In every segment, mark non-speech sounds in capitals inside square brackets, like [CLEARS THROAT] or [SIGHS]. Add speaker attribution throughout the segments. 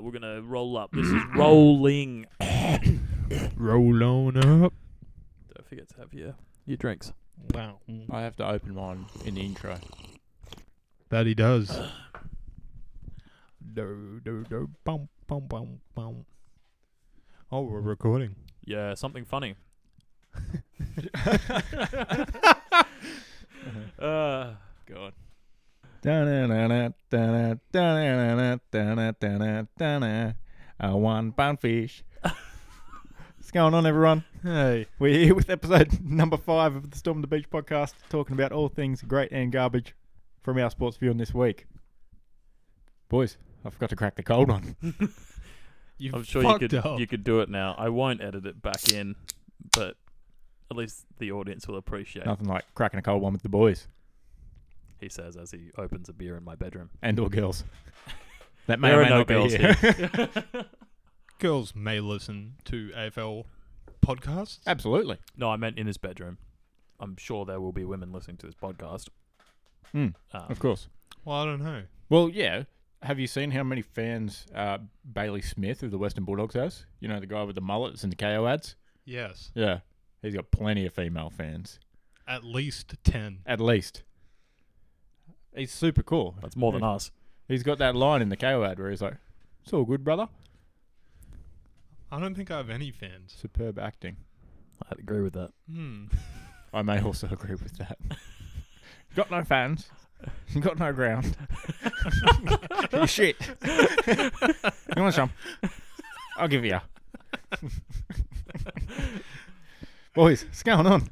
Speaker 1: We're gonna roll up. This is rolling.
Speaker 2: Roll on up.
Speaker 1: Don't forget to have your your drinks.
Speaker 2: Wow.
Speaker 3: I have to open mine in the intro.
Speaker 2: That he does. do, do, do, bum, bum, bum, bum. Oh, we're recording.
Speaker 1: Yeah, something [LAUGHS] funny. uh,
Speaker 3: God.
Speaker 4: I want pound fish. What's going on, everyone?
Speaker 2: Hey.
Speaker 4: We're here with episode number five of the Storm the Beach podcast, talking about all things great and garbage from our sports view on this week. Boys, I forgot to crack the cold one.
Speaker 2: You
Speaker 1: I'm sure you
Speaker 2: fucked
Speaker 1: could
Speaker 2: up.
Speaker 1: you could do it now. I won't edit it back in, but at least the audience will appreciate.
Speaker 4: Nothing like cracking a cold one with the boys
Speaker 1: He says as he opens a beer in my bedroom.
Speaker 4: and or girls. That may
Speaker 1: There
Speaker 4: or
Speaker 1: are
Speaker 4: may
Speaker 1: no
Speaker 4: not
Speaker 1: girls
Speaker 4: be here.
Speaker 2: Girls may listen to AFL podcasts.
Speaker 4: Absolutely.
Speaker 1: No, I meant in his bedroom. I'm sure there will be women listening to this podcast.
Speaker 4: Hmm,
Speaker 1: Um,
Speaker 4: Of course.
Speaker 2: Well, I don't know.
Speaker 4: Well, yeah. Have you seen how many fans uh, Bailey Smith of the Western Bulldogs has? You know, the guy with the mullet that's in the KO ads?
Speaker 2: Yes.
Speaker 4: Yeah. He's got plenty of female fans.
Speaker 2: At least 10.
Speaker 4: At least. He's super cool.
Speaker 1: That's more than us.
Speaker 4: He's got that line in the KO ad where he's like, It's all good, brother.
Speaker 2: I don't think I have any fans.
Speaker 4: Superb acting.
Speaker 1: I'd agree with that.
Speaker 2: Hmm.
Speaker 4: I may also [LAUGHS] agree with that. got no fans. [LAUGHS] Got no [LAUGHS] ground. You [LAUGHS] shit. you want some? I'll give you. [LAUGHS] Boys, what's going [LAUGHS] on?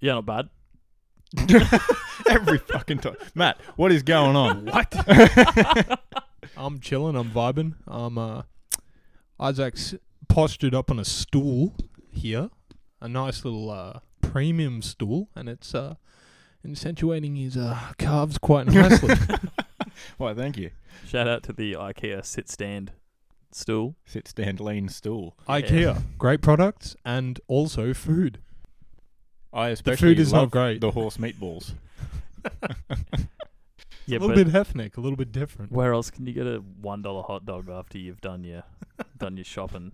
Speaker 1: Yeah, not bad.
Speaker 4: [LAUGHS] Every fucking time. Matt, what is going [LAUGHS] on?
Speaker 2: What? [LAUGHS] I'm chilling. I'm vibing. I'm uh, Isaac's postured up on a stool here, a nice little uh, premium stool, and it's uh, accentuating his uh, calves quite [LAUGHS] nicely.
Speaker 4: Why, thank you.
Speaker 1: Shout out to the IKEA sit stand stool.
Speaker 4: Sit, stand, lean, stool.
Speaker 2: IKEA, great products and also food.
Speaker 4: I
Speaker 2: The
Speaker 4: especially
Speaker 2: food is
Speaker 4: love
Speaker 2: not great.
Speaker 4: the horse [LAUGHS] meatballs.
Speaker 1: Yeah,
Speaker 2: a little
Speaker 1: but
Speaker 2: bit ethnic, a little bit different.
Speaker 1: where else can you get a one dollar hot dog after you've done your done your shopping?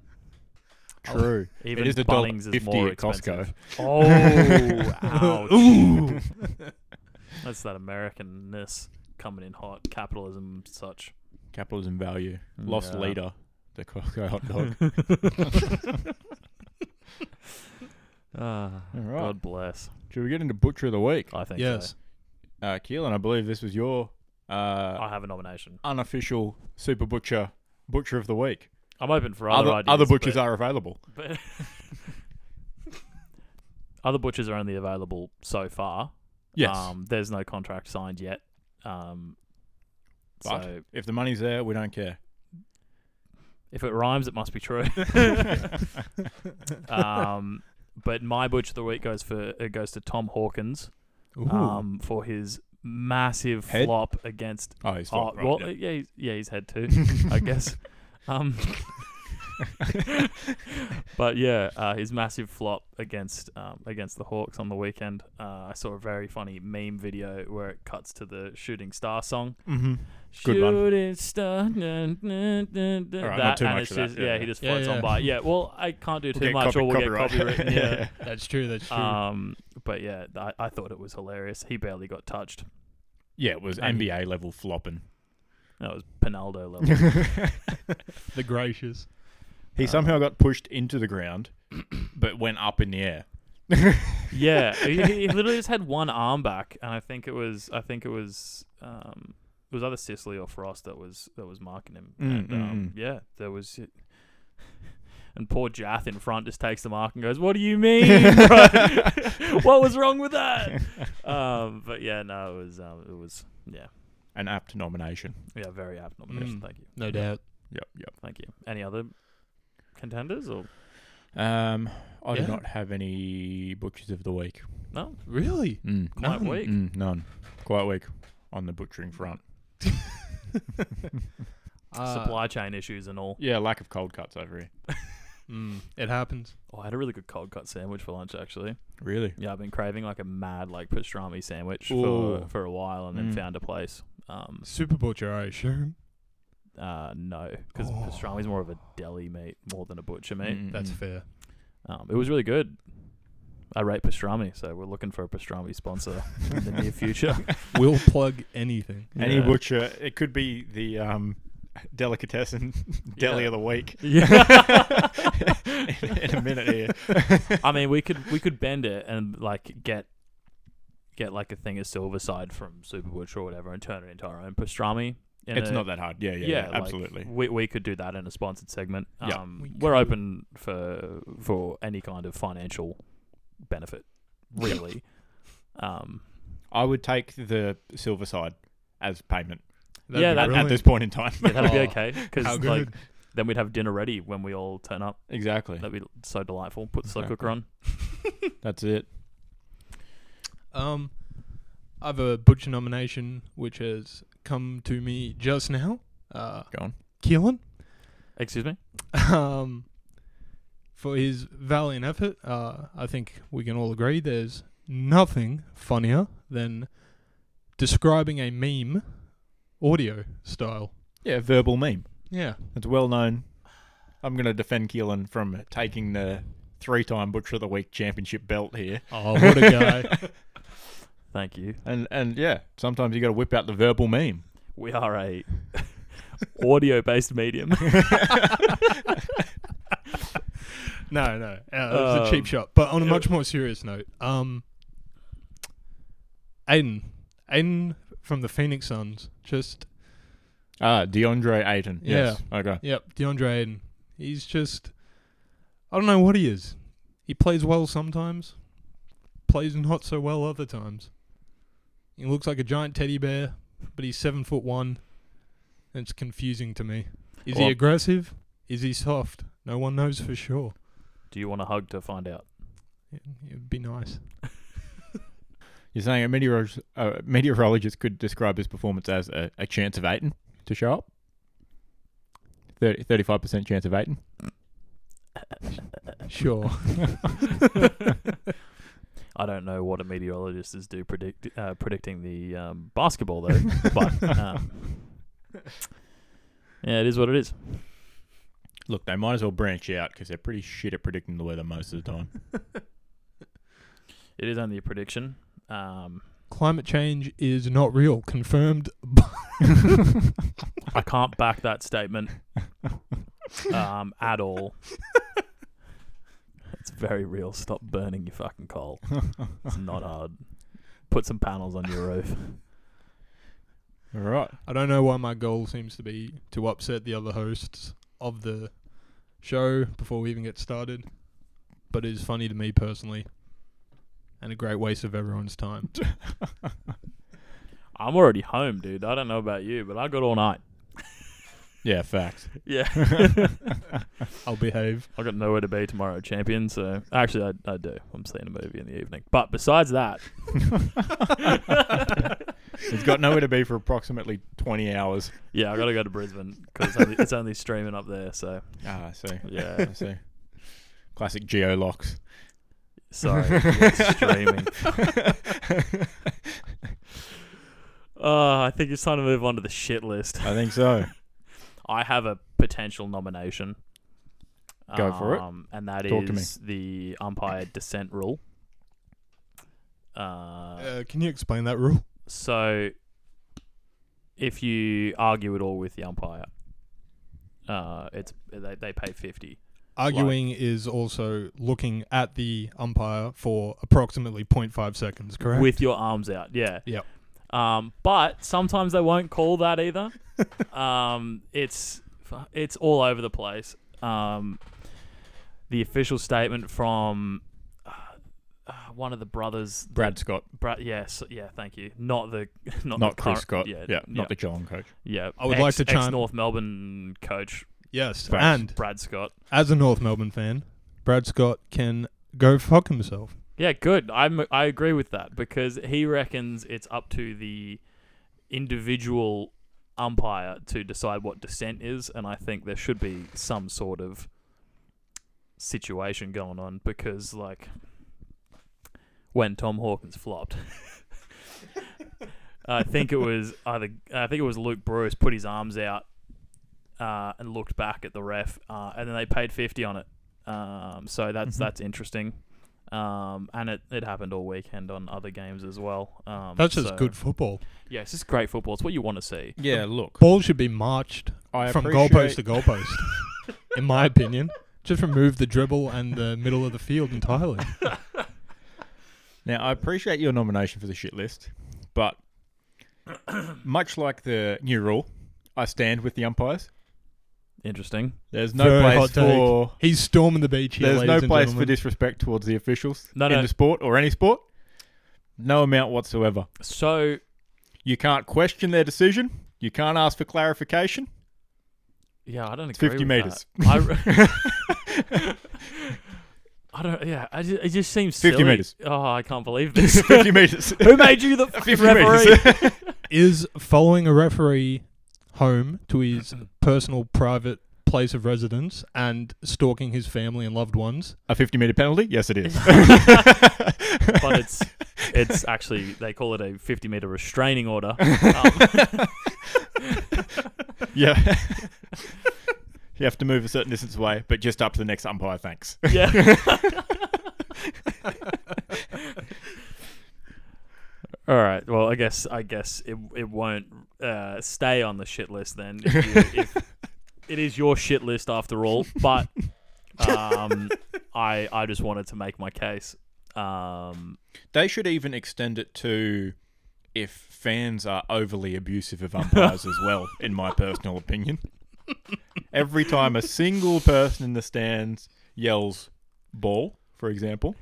Speaker 4: True.
Speaker 1: Even
Speaker 4: [LAUGHS] Oh, it is a dollar
Speaker 1: Bunnings is
Speaker 4: fifty
Speaker 1: more
Speaker 4: at Costco. [LAUGHS]
Speaker 1: expensive. Oh, ouch.
Speaker 2: Ooh.
Speaker 1: [LAUGHS] That's that Americanness coming in hot, capitalism and such.
Speaker 4: Capitalism value. Lost
Speaker 1: Mm, Yeah.
Speaker 4: leader. The Costco
Speaker 1: [LAUGHS]
Speaker 4: hot dog.
Speaker 1: Ah,
Speaker 4: All right.
Speaker 1: God bless.
Speaker 4: Should we get into butcher of the week?
Speaker 1: I think
Speaker 2: yes.
Speaker 1: so.
Speaker 4: Uh, Keelan, I believe this was your uh,
Speaker 1: I have a nomination.
Speaker 4: unofficial super butcher butcher of the week.
Speaker 1: I'm open for other ideas,
Speaker 4: butchers
Speaker 1: but-
Speaker 4: are available. [LAUGHS]
Speaker 1: But [LAUGHS] other butchers are only available so far.
Speaker 4: Yes.
Speaker 1: Um, there's no contract signed yet. Um,
Speaker 4: But-
Speaker 1: so
Speaker 4: if the money's there, we don't care.
Speaker 1: if it rhymes, it must be
Speaker 4: [LAUGHS]
Speaker 1: true. [LAUGHS] um, but my butcher of the week goes for it goes to Tom Hawkins
Speaker 2: Ooh.
Speaker 1: um, for his massive
Speaker 4: Head?
Speaker 1: flop against.
Speaker 4: Oh, he's
Speaker 1: Oh,
Speaker 4: not
Speaker 1: well,
Speaker 4: right.
Speaker 1: yeah, he's, yeah, he's head
Speaker 4: [LAUGHS]
Speaker 1: too, I guess. Um, [LAUGHS] but yeah, uh, his massive flop against um, against the Hawks on the weekend. Uh, I saw a very funny meme video where it cuts to the Shooting Star song.
Speaker 4: Mm-hmm.
Speaker 2: Mhm.
Speaker 4: Good one.
Speaker 1: Shooting star, na, na, na, na,
Speaker 4: All right, not
Speaker 1: that,
Speaker 4: too
Speaker 1: and
Speaker 4: much
Speaker 1: it's
Speaker 4: of that,
Speaker 1: just,
Speaker 4: yeah.
Speaker 1: yeah, he just
Speaker 2: Yeah,
Speaker 1: floats
Speaker 2: yeah.
Speaker 1: on by. Yeah, well, I can't do too
Speaker 4: get
Speaker 1: much,
Speaker 4: copy-
Speaker 1: or we'll
Speaker 4: copyright.
Speaker 1: get
Speaker 4: [LAUGHS]
Speaker 1: copywritten. Yeah.
Speaker 2: That's true. That's true.
Speaker 1: Um, but yeah, I, I thought it was hilarious. He barely got touched.
Speaker 4: Yeah, it was
Speaker 1: And he-
Speaker 4: NBA level flopping.
Speaker 1: That was Pinaldo level.
Speaker 2: the gracious.
Speaker 4: He somehow got pushed into the [COUGHS] ground, but went up in the air.
Speaker 1: yeah, he, he literally just had one arm back, and I think it was I think it was um it was either Sicily or Frost that was that was marking him.
Speaker 4: Mm,
Speaker 1: and um,
Speaker 4: mm, mm.
Speaker 1: yeah, there was. [LAUGHS] And poor Jath in front just takes the mark and goes, "What do you mean? bro? [LAUGHS] what was wrong with that?" Um, but yeah, no, it was um, it was yeah,
Speaker 4: An apt nomination.
Speaker 1: yeah, very apt nomination.
Speaker 2: Mm.
Speaker 1: Thank you,
Speaker 2: No doubt.
Speaker 4: Yep, yep.
Speaker 1: thank you. Any other contenders or
Speaker 4: Um, I
Speaker 2: Yeah.
Speaker 4: do not have any butchers of the week.
Speaker 1: no?
Speaker 2: Really?
Speaker 4: Mm.
Speaker 1: Quite
Speaker 2: None.
Speaker 1: weak.
Speaker 4: Mm, none. Quite weak on the butchering front.
Speaker 2: Uh,
Speaker 1: Supply chain issues and all.
Speaker 4: Yeah, lack of cold cuts over here.
Speaker 2: Mm, it happens.
Speaker 1: Oh, I had a really good cold cut sandwich for lunch actually.
Speaker 4: Really?
Speaker 1: Yeah, I've been craving like a mad like pastrami sandwich
Speaker 4: Ooh.
Speaker 1: for for a while, and then
Speaker 4: Mm.
Speaker 1: found a place. Um,
Speaker 2: Super butcher, I assume.
Speaker 1: uh, no, because
Speaker 2: Oh.
Speaker 1: pastrami's more of a deli meat more than a butcher meat.
Speaker 4: Mm.
Speaker 2: That's fair.
Speaker 1: Um, it was really good. I rate pastrami, so we're looking for a pastrami sponsor in the near
Speaker 4: [LAUGHS]
Speaker 1: future.
Speaker 2: We'll plug
Speaker 1: [LAUGHS]
Speaker 2: anything.
Speaker 4: Any
Speaker 1: Yeah.
Speaker 4: butcher, it could be the um, delicatessen [LAUGHS]
Speaker 1: [LAUGHS]
Speaker 4: deli
Speaker 1: Yeah.
Speaker 4: of the week
Speaker 1: Yeah.
Speaker 4: in, [LAUGHS] in a minute here.
Speaker 1: I mean, we could we could bend it and like get get like a thing of silver side from Super Butcher or whatever, and turn it into our own pastrami. in
Speaker 4: It's
Speaker 1: a-
Speaker 4: not that hard. Yeah, yeah, yeah,
Speaker 1: like,
Speaker 4: absolutely.
Speaker 1: we we could do that in a sponsored segment.
Speaker 4: Yeah.
Speaker 1: Um,
Speaker 2: We
Speaker 1: we are
Speaker 2: could.
Speaker 1: open for for any kind of financial benefit, really. um,
Speaker 4: I would take the silver side as payment
Speaker 2: That'd
Speaker 1: Yeah,
Speaker 2: be
Speaker 1: that-
Speaker 4: at,
Speaker 1: Really?
Speaker 4: at this point in time.
Speaker 1: yeah, that'd be [LAUGHS]
Speaker 2: Oh,
Speaker 1: okay
Speaker 2: How
Speaker 1: because
Speaker 2: good.
Speaker 1: like then we'd have dinner ready when we all turn up.
Speaker 4: [LAUGHS] exactly.
Speaker 1: That'd be so delightful. Put the slow
Speaker 4: Exactly.
Speaker 1: cooker on.
Speaker 4: That's it.
Speaker 2: [LAUGHS] um, I have a butcher nomination which has come to me just now. Uh,
Speaker 4: Go on.
Speaker 2: Keelan,
Speaker 1: Excuse me.
Speaker 2: [LAUGHS] um, for his valiant effort. Uh, I think we can all agree there's nothing funnier than describing a meme audio style.
Speaker 4: Yeah, verbal meme.
Speaker 2: Yeah.
Speaker 4: It's well known. I'm going to defend Keelan from taking the three-time Butcher of the Week championship belt here.
Speaker 2: Oh, what a guy.
Speaker 1: Thank you.
Speaker 4: And and yeah, sometimes you got to whip out the verbal meme.
Speaker 1: We are a [LAUGHS] audio based medium. [LAUGHS]
Speaker 2: no, no. Uh, it was a
Speaker 1: Um,
Speaker 2: cheap shot. But on a much more serious note, um, Aiden. Aiden from the Phoenix Suns. Just,
Speaker 4: Ah, DeAndre Ayton. Yes. Okay.
Speaker 2: yep, DeAndre Aiden. He's just, I don't know what he is. He plays well sometimes, plays not so well other times. He looks like a giant teddy bear, but he's seven foot one. And it's confusing to me. Is
Speaker 1: Well,
Speaker 2: he aggressive? Is he soft? No one knows for sure.
Speaker 1: Do you want a hug to find out?
Speaker 2: It, it'd be nice.
Speaker 4: You're saying a meteorologist, uh, meteorologist could describe his performance as a, a chance of Ayton to show up? 30, 35% chance of Ayton.
Speaker 2: Sure.
Speaker 1: I don't know what a meteorologist is do predict uh, predicting the um, basketball though, but um, yeah, it is what it is.
Speaker 4: Look, they might as well branch out because they're pretty shit at predicting the weather most of the time.
Speaker 1: It is only a prediction. Um,
Speaker 2: Climate change is not real. Confirmed.
Speaker 4: [LAUGHS]
Speaker 1: I can't back that statement um, at all. It's very real. Stop burning your fucking coal. It's not hard. Put some panels on your roof.
Speaker 4: [LAUGHS] All right.
Speaker 2: I don't know why my goal seems to be to upset the other hosts of the show before we even get started, but it is funny to me personally and a great waste of everyone's time.
Speaker 1: I'm already home, dude. I don't know about you, but I got all night.
Speaker 4: Yeah, [LAUGHS] facts.
Speaker 1: Yeah.
Speaker 2: I'll behave.
Speaker 1: [LAUGHS] I got nowhere to be tomorrow, champion. So actually, I, I do. I'm seeing a movie in the evening. But besides
Speaker 4: [LAUGHS]
Speaker 1: that,
Speaker 4: It's got nowhere to be for approximately 20 hours.
Speaker 1: [LAUGHS] yeah, I gotta go to Brisbane because it's, only- it's only streaming up there. So
Speaker 4: Ah, I see.
Speaker 1: yeah,
Speaker 4: [LAUGHS] I see. Classic geo [LAUGHS] locks.
Speaker 1: [LAUGHS] sorry, it's streaming. [LAUGHS] Uh, I think it's time to move on to the shit list.
Speaker 4: I think so.
Speaker 1: I have a potential nomination.
Speaker 4: Go for it.
Speaker 1: um, it. And that is
Speaker 4: Talk to me.
Speaker 1: the umpire descent rule. Uh,
Speaker 2: Uh, can you explain that rule?
Speaker 1: So, if you argue at all with the umpire, uh, it's they, they pay fifty.
Speaker 2: Arguing is also looking at the umpire for approximately 0.5 seconds, correct?
Speaker 1: with your arms out. Yeah.
Speaker 2: Yep.
Speaker 1: Um, but sometimes they won't call that
Speaker 4: [LAUGHS]
Speaker 1: either. um, it's fu- it's all over the place. Um, the official statement from uh, uh, one of the brothers,
Speaker 4: Brad Scott,
Speaker 1: Brad. Yes, yeah. Thank you. Not the [LAUGHS] not,
Speaker 4: not
Speaker 1: the
Speaker 4: Chris
Speaker 1: current-
Speaker 4: Scott. Yeah, not the Geelong coach.
Speaker 1: yeah.
Speaker 2: I would
Speaker 1: ex,
Speaker 2: like to chime-
Speaker 1: North Melbourne coach
Speaker 2: yes.
Speaker 4: Facts.
Speaker 2: And
Speaker 1: Brad Scott.
Speaker 2: as a North Melbourne fan, Brad Scott can go fuck himself.
Speaker 1: Yeah, good. I'm I agree with that because he reckons it's up to the individual umpire to decide what dissent is, and I think there should be some sort of situation going on because like when Tom Hawkins flopped. [LAUGHS] I think it was either I think it was Luke Bruce put his arms out uh, and looked back at the ref, uh, and then they paid fifty on it. Um, so that's
Speaker 2: Mhm.
Speaker 1: that's interesting. Um, and it, it happened all weekend on other games as well. Um,
Speaker 2: That's just
Speaker 1: so-
Speaker 2: good football.
Speaker 1: Yeah, it's just great football. It's what you want to see.
Speaker 4: Yeah, look.
Speaker 2: Ball should be marched
Speaker 4: I
Speaker 2: from goalpost
Speaker 4: appreciate
Speaker 2: to goalpost, [LAUGHS] in my opinion. Just remove the dribble and the middle of the field entirely.
Speaker 4: Now, I appreciate your nomination for the shit list,
Speaker 2: [COUGHS]
Speaker 4: but much like the new rule, I stand with the umpires.
Speaker 1: Interesting.
Speaker 4: There's no
Speaker 2: Very hot
Speaker 4: place
Speaker 2: take.
Speaker 4: for
Speaker 2: He's storming the beach here.
Speaker 4: there's
Speaker 2: ladies
Speaker 4: no
Speaker 2: and
Speaker 4: place for
Speaker 2: gentlemen.
Speaker 4: disrespect towards the officials
Speaker 1: No,
Speaker 4: in
Speaker 1: no.
Speaker 4: the sport or any sport. No amount whatsoever.
Speaker 1: So
Speaker 4: You can't question their decision. You can't ask
Speaker 2: [LAUGHS]
Speaker 4: for clarification.
Speaker 1: yeah, I don't
Speaker 4: It's
Speaker 1: agree.
Speaker 4: 50
Speaker 1: with
Speaker 4: metres.
Speaker 1: that. [LAUGHS] I, re- I don't. Yeah, I just, it just seems
Speaker 4: 50
Speaker 1: silly.
Speaker 4: metres.
Speaker 1: Oh, I can't believe this.
Speaker 4: 50 metres.
Speaker 1: [LAUGHS]
Speaker 2: [LAUGHS]
Speaker 1: Who made you the
Speaker 4: 50
Speaker 1: fucking referee?
Speaker 2: Is following a referee home to his personal private place of residence and stalking his family and loved ones.
Speaker 4: A 50 metre penalty? Yes, it is.
Speaker 1: but
Speaker 4: [LAUGHS]
Speaker 1: it's it's actually they call it a 50 meter restraining order. [LAUGHS] Um,
Speaker 4: yeah. [LAUGHS] you have to move a certain distance away, but just up to the next umpire, thanks.
Speaker 1: yeah. All right. Well, I guess I guess it it won't uh, stay on the shit list then. If you, if it is your shit list after all, but um, I I just wanted to make my case. Um,
Speaker 4: [LAUGHS] They should even extend it to if fans are overly abusive of umpires as well, in my personal opinion. Every time a single person in the stands yells ball, for example,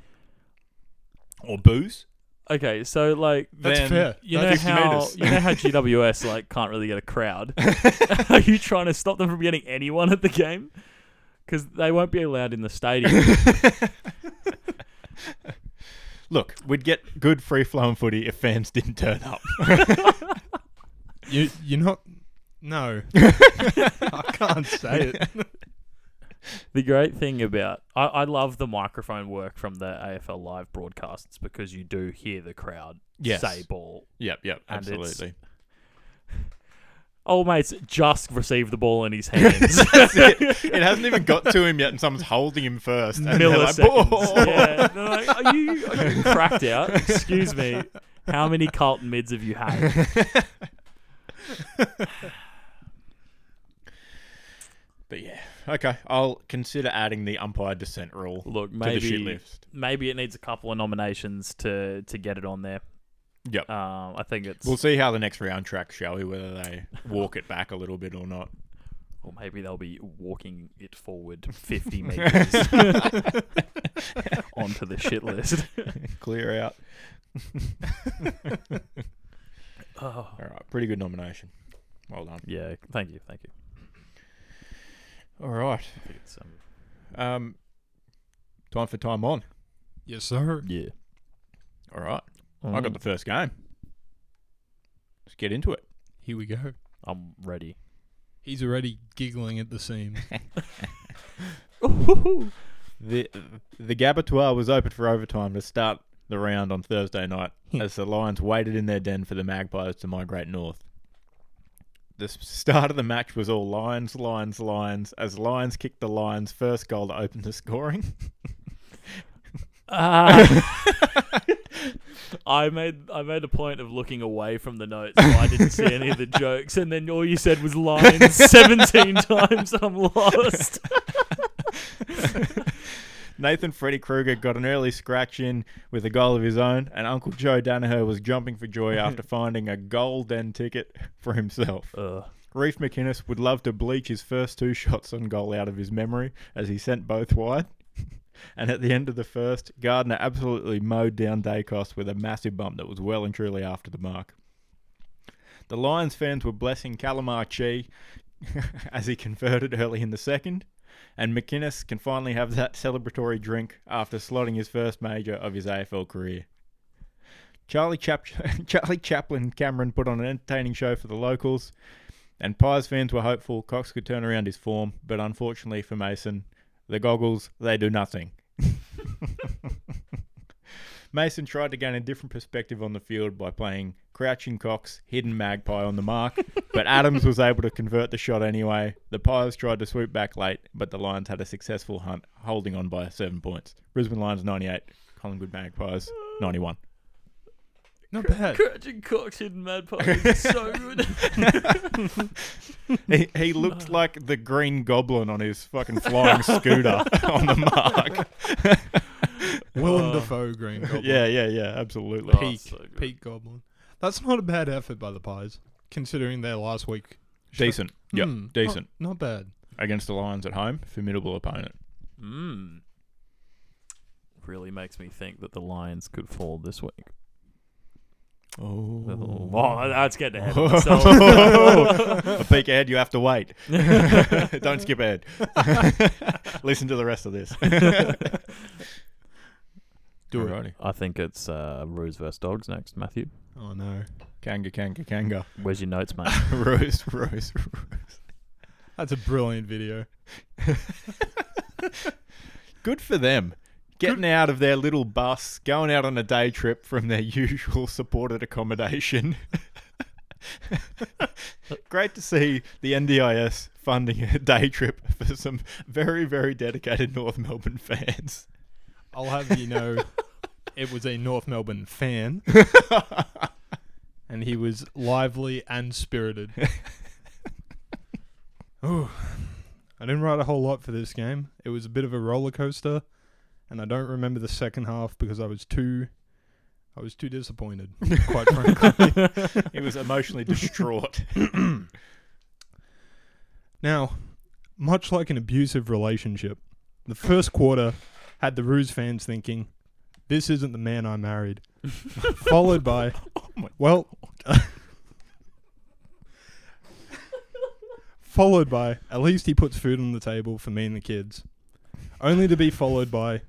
Speaker 4: or boos,
Speaker 1: okay, so like
Speaker 2: That's
Speaker 4: then
Speaker 2: fair.
Speaker 1: you know
Speaker 2: That's-
Speaker 1: how
Speaker 4: 50 metres.
Speaker 1: you know how GWS like can't really get a crowd. Are you trying to stop them from getting anyone at the game? Because they won't be allowed in the stadium.
Speaker 4: [LAUGHS] Look, we'd get good free flowing footy if fans didn't turn up.
Speaker 2: you you're not [LAUGHS] no. I can't say it.
Speaker 1: the great thing about I, I love the microphone work from the AFL live broadcasts because you do hear the crowd
Speaker 4: Yes.
Speaker 1: say ball.
Speaker 4: Yep, yep,
Speaker 1: And it's-
Speaker 4: [LAUGHS] absolutely.
Speaker 1: Oh mates, just received the ball in his
Speaker 4: [LAUGHS]
Speaker 1: hands.
Speaker 4: It hasn't even got to him yet, and someone's holding him first. And they're like,
Speaker 1: Milliseconds.
Speaker 4: [LAUGHS] "Ball."
Speaker 1: yeah. They're like, are you, are you cracked out? Excuse me. How many Carlton mids have you had?
Speaker 4: [LAUGHS] But yeah, okay. I'll consider adding the umpire dissent rule
Speaker 1: Look,
Speaker 4: to the shit
Speaker 1: maybe
Speaker 4: list.
Speaker 1: maybe it needs a couple of nominations to to get it on there.
Speaker 4: Yep.
Speaker 1: Um, I think it's
Speaker 4: Uh, We'll see how the next round track, shall we? Whether they walk it back a little bit or [LAUGHS] not.
Speaker 1: or maybe they'll be walking it
Speaker 4: [LAUGHS]
Speaker 1: forward 50 meters onto the shit
Speaker 4: [LAUGHS]
Speaker 1: list.
Speaker 4: Clear out. [LAUGHS]
Speaker 1: Oh.
Speaker 4: All right. Pretty good nomination. Well done.
Speaker 1: Yeah, thank you, thank you.
Speaker 4: All right.
Speaker 1: I think it's, um,
Speaker 4: Um, time for time on.
Speaker 2: Yes, sir.
Speaker 1: yeah.
Speaker 4: All right. I got the first game. Let's get into it.
Speaker 2: Here we go.
Speaker 1: I'm ready.
Speaker 2: He's already giggling at the [LAUGHS] seam.
Speaker 1: [LAUGHS]
Speaker 4: The the Gabatoir was open for overtime to start the round on Thursday night as the Lions waited in their den for the Magpies to migrate north. The s- start of the match was all Lions, Lions, Lions as Lions kicked the Lions' first goal to open the scoring. [LAUGHS]
Speaker 1: I made I made a point of looking away from the notes, so I didn't see any of the jokes, and then all you said was lines seventeen times. I'm lost.
Speaker 4: Nathan Freddy Krueger got an early scratch in with a goal of his own, and Uncle Joe Danaher was jumping for joy after finding a golden ticket for himself.
Speaker 1: Ugh.
Speaker 4: Reef McInnes would love to bleach his first two shots on goal out of his memory as he sent both wide. [LAUGHS] and at the end of the first, Gardner absolutely mowed down Dacos with a massive bump that was well and truly after the mark. The Lions fans were blessing Calamar Chi [LAUGHS] as he converted early in the second, and McInnes can finally have that celebratory drink after slotting his first major of his AFL career. Charlie, Chap- [LAUGHS] Charlie Chaplin Cameron put on an entertaining show for the locals, and Pies fans were hopeful Cox could turn around his form, but unfortunately for Mason, the goggles, they do nothing. [LAUGHS] Mason tried to gain a different perspective on the field by playing Crouching Cox, Hidden Magpie on the mark, but Adams was able to convert the shot anyway. The Pies tried to swoop back late, but the Lions had a successful hunt, holding on by seven points. Brisbane Lions 98, Collingwood Magpies 91.
Speaker 2: Not bad.
Speaker 1: Crouching Cox, Hidden Magpie is so good.
Speaker 4: He, he looked like the Green Goblin on his fucking flying scooter on the mark.
Speaker 2: Willem
Speaker 1: Oh.
Speaker 2: Dafoe Green Goblin.
Speaker 4: Yeah, yeah, yeah, absolutely.
Speaker 1: Oh, so good.
Speaker 2: Pete Goblin. That's not a bad effort by the Pies, considering their last week.
Speaker 4: Decent. Yeah,
Speaker 2: Hmm, not-
Speaker 4: decent.
Speaker 2: Not bad.
Speaker 4: Against the Lions at home, formidable opponent.
Speaker 1: Mm. Really makes me think that the Lions could fall this week.
Speaker 4: Oh.
Speaker 1: Oh, that's getting ahead
Speaker 4: [LAUGHS]
Speaker 1: of
Speaker 4: a
Speaker 1: myself.
Speaker 4: peek ahead, you have to wait. Don't skip ahead. Listen to the rest of this.
Speaker 2: Do it.
Speaker 4: Alrighty.
Speaker 1: I think it's uh, Roos versus Dogs next, Matthew.
Speaker 2: Oh, no.
Speaker 4: Kanga, kanga, kanga. [LAUGHS]
Speaker 1: Where's your notes, mate?
Speaker 4: Rose, rose, rose.
Speaker 2: That's a brilliant video.
Speaker 4: Good for them. Getting out of their little bus, going out on a day trip from their [LAUGHS] usual supported accommodation. [LAUGHS] Great to see the NDIS funding a day trip for some very, very dedicated North Melbourne fans. [LAUGHS]
Speaker 2: I'll have you know, it was a North Melbourne fan, and he was lively and spirited. Ooh, I didn't write a whole lot for this game. It was a bit of a roller coaster, and I don't remember the second half because I was too, I was too disappointed. Quite frankly.
Speaker 4: He was emotionally distraught.
Speaker 2: Now, much like an abusive relationship, the first quarter had the Ruse fans thinking, this isn't the man I married. Followed by, well, followed by, at least he puts food on the table for me and the kids. Only to be followed by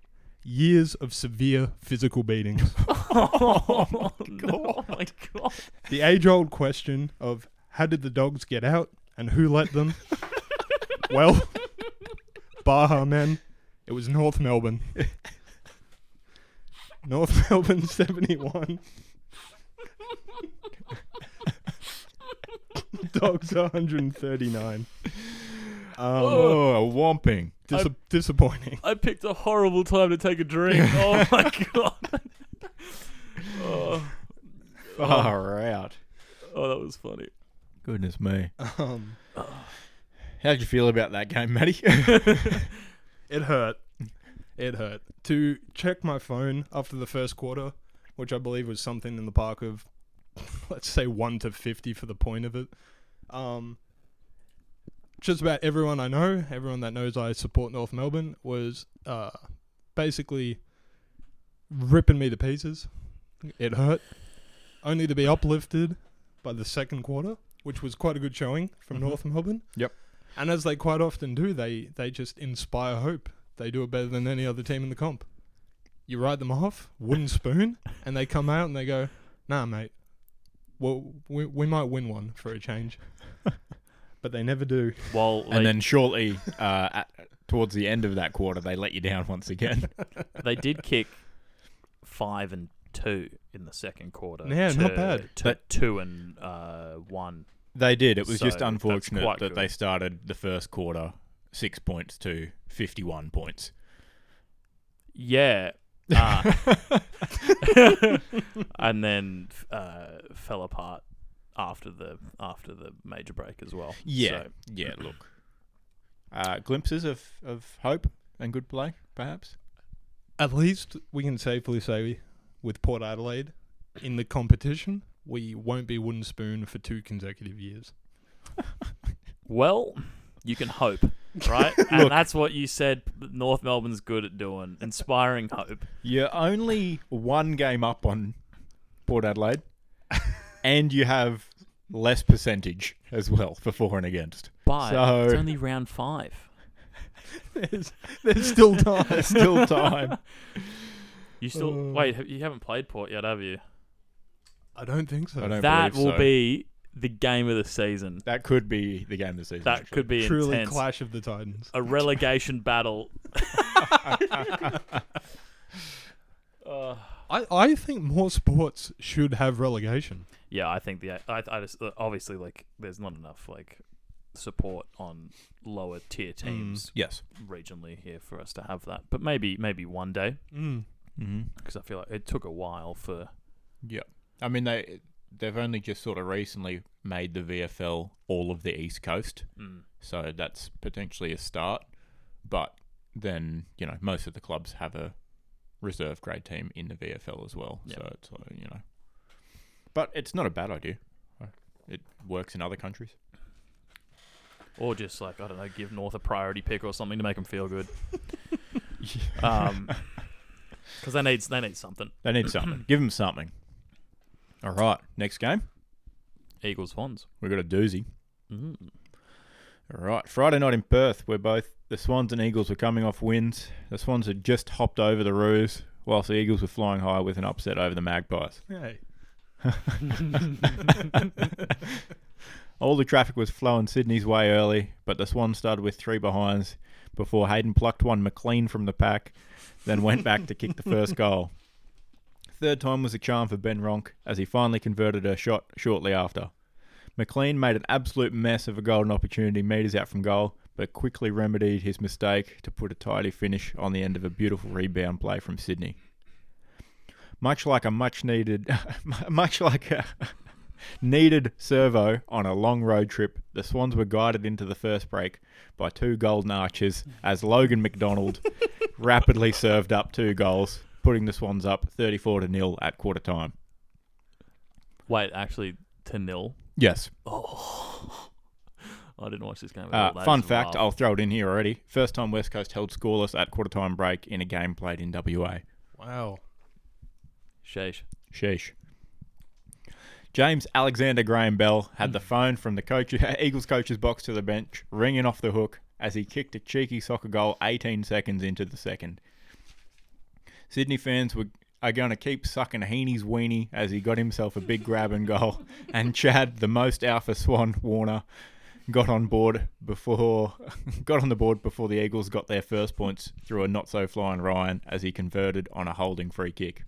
Speaker 2: years of severe physical beatings.
Speaker 1: oh, no, my God.
Speaker 2: The age old question of how did the dogs get out and who let
Speaker 4: [LAUGHS]
Speaker 2: them? well, Baha men, it was North Melbourne. North [LAUGHS] Melbourne 71. [LAUGHS] dogs 139. Um,
Speaker 4: Oh, a whomping.
Speaker 2: dis- disappointing.
Speaker 1: [LAUGHS] I picked a horrible time to take a [LAUGHS] drink. Oh, my God. Oh,
Speaker 4: Far out.
Speaker 1: oh, that was funny.
Speaker 4: Goodness me.
Speaker 2: Um,
Speaker 4: How'd you feel about that game, Matty?
Speaker 2: It hurt. It hurt. To check my phone after the first quarter, which I believe was something in the park of, [LAUGHS] let's say, 1 to 50 for the point of it. Um, just about everyone I know, everyone that knows I support North Melbourne, was uh, basically ripping me to pieces. It hurt. Only to be uplifted by the second quarter, which was quite a good showing from
Speaker 4: Mhm.
Speaker 2: North Melbourne.
Speaker 4: Yep.
Speaker 2: And as they quite often do, they they just inspire hope. They do it better than any other team in the comp. You write them off, wooden [LAUGHS] spoon, and they come out and they go, "Nah, mate. Well, we we might win one for a change." [LAUGHS] but they never do.
Speaker 1: While
Speaker 4: and
Speaker 1: they,
Speaker 4: then shortly, uh, at, towards the end of that quarter, they let you down once again.
Speaker 1: they did kick five and two in the second quarter.
Speaker 2: Yeah,
Speaker 1: to,
Speaker 2: not bad.
Speaker 1: To
Speaker 4: But-
Speaker 1: two and uh, one.
Speaker 4: They did. It was
Speaker 1: So,
Speaker 4: just
Speaker 1: that's
Speaker 4: unfortunate
Speaker 1: quite
Speaker 4: that
Speaker 1: good.
Speaker 4: they started the first quarter six points to 51 points. [LAUGHS]
Speaker 1: Yeah. Uh, [LAUGHS] and then uh, fell apart after the after the major break as well.
Speaker 4: Yeah.
Speaker 1: So,
Speaker 4: yeah, look. Uh, glimpses of, of hope and good play, perhaps?
Speaker 2: At least we can safely say with Port Adelaide in the competition, we won't be wooden spoon for two consecutive years.
Speaker 1: well, you can hope,
Speaker 4: [LAUGHS]
Speaker 1: right? and that's what you said. North Melbourne's good at doing, inspiring hope.
Speaker 4: You're only one game up on Port [LAUGHS] Adelaide, and you have less percentage as well for for and against.
Speaker 1: But
Speaker 4: So-
Speaker 1: it's only round five.
Speaker 2: There's, there's still time.
Speaker 1: [LAUGHS]
Speaker 4: There's still [LAUGHS] time.
Speaker 1: You still
Speaker 2: Uh.
Speaker 1: wait? ha- You haven't played Port yet, have you?
Speaker 2: I don't think so.
Speaker 4: I don't
Speaker 1: That
Speaker 4: believe
Speaker 1: will
Speaker 4: so.
Speaker 1: be the game of the season.
Speaker 4: That could be the game this season.
Speaker 1: That could be
Speaker 2: Truly
Speaker 1: intense.
Speaker 2: clash of the titans.
Speaker 1: a
Speaker 4: [LAUGHS]
Speaker 1: relegation battle. Uh,
Speaker 2: I, I think more sports should have relegation.
Speaker 1: yeah, I think the I, I just obviously like there's not enough like support on lower
Speaker 4: Mm.
Speaker 1: tier teams
Speaker 3: Yes.
Speaker 1: regionally here for us to have that. But maybe maybe one day
Speaker 2: Mm.
Speaker 3: Mm-hmm.
Speaker 1: because I feel like it took a while for
Speaker 4: I mean, they they've only just sort of recently made the VFL all of the East Coast,
Speaker 1: mm,
Speaker 4: so that's potentially a start. But then you know, most of the clubs have a reserve grade team in the VFL as well,
Speaker 1: Yeah.
Speaker 4: so it's uh, you know, but it's not a bad idea. It works in other countries.
Speaker 1: or just like I don't know, give North a priority pick or something to make them feel good. [LAUGHS] um, because they need they need something.
Speaker 4: They need something. Give them something. All right, next game
Speaker 1: Eagles Swans.
Speaker 4: we got a doozy.
Speaker 1: Mm.
Speaker 4: All right, Friday night in Perth, where both the Swans and Eagles were coming off wins. The Swans had just hopped over the Roos, whilst the Eagles were flying high with an upset over the Magpies.
Speaker 2: Hey.
Speaker 4: All the traffic was flowing Sydney's way early, but the Swans started with three behinds before Hayden plucked one McLean from the pack, then went back to kick the first goal. Third time was a charm for Ben Ronk as he finally converted a shot shortly after. McLean made an absolute mess of a golden opportunity metres out from goal, but quickly remedied his mistake to put a tidy finish on the end of a beautiful rebound play from Sydney. Much like a much needed, [LAUGHS] much like a needed servo on a long road trip, the Swans were guided into the first break by two golden arches as Logan McDonald rapidly served up two goals, putting the Swans up 34 to nil at quarter time.
Speaker 1: Wait, actually, to nil. Oh.
Speaker 4: Yes.
Speaker 1: [LAUGHS] I didn't watch this game. At all.
Speaker 4: Uh,
Speaker 1: That
Speaker 4: fun
Speaker 1: is
Speaker 4: fact,
Speaker 1: wild.
Speaker 4: I'll throw it in here already. First time West Coast held scoreless at quarter time break in a game played in WA.
Speaker 2: Wow.
Speaker 1: Sheesh.
Speaker 4: Sheesh. James Alexander Graham Bell had the phone from the coach, [LAUGHS] Eagles coach's box to the bench, ringing off the hook as he kicked a cheeky soccer goal 18 seconds into the second. Sydney fans were are going to keep sucking Heaney's weenie as he got himself a big grab and goal, and Chad, the most alpha swan Warner, got on board before [LAUGHS] got on the board before the Eagles got their first points through a not so flying Ryan as he converted on a holding free kick.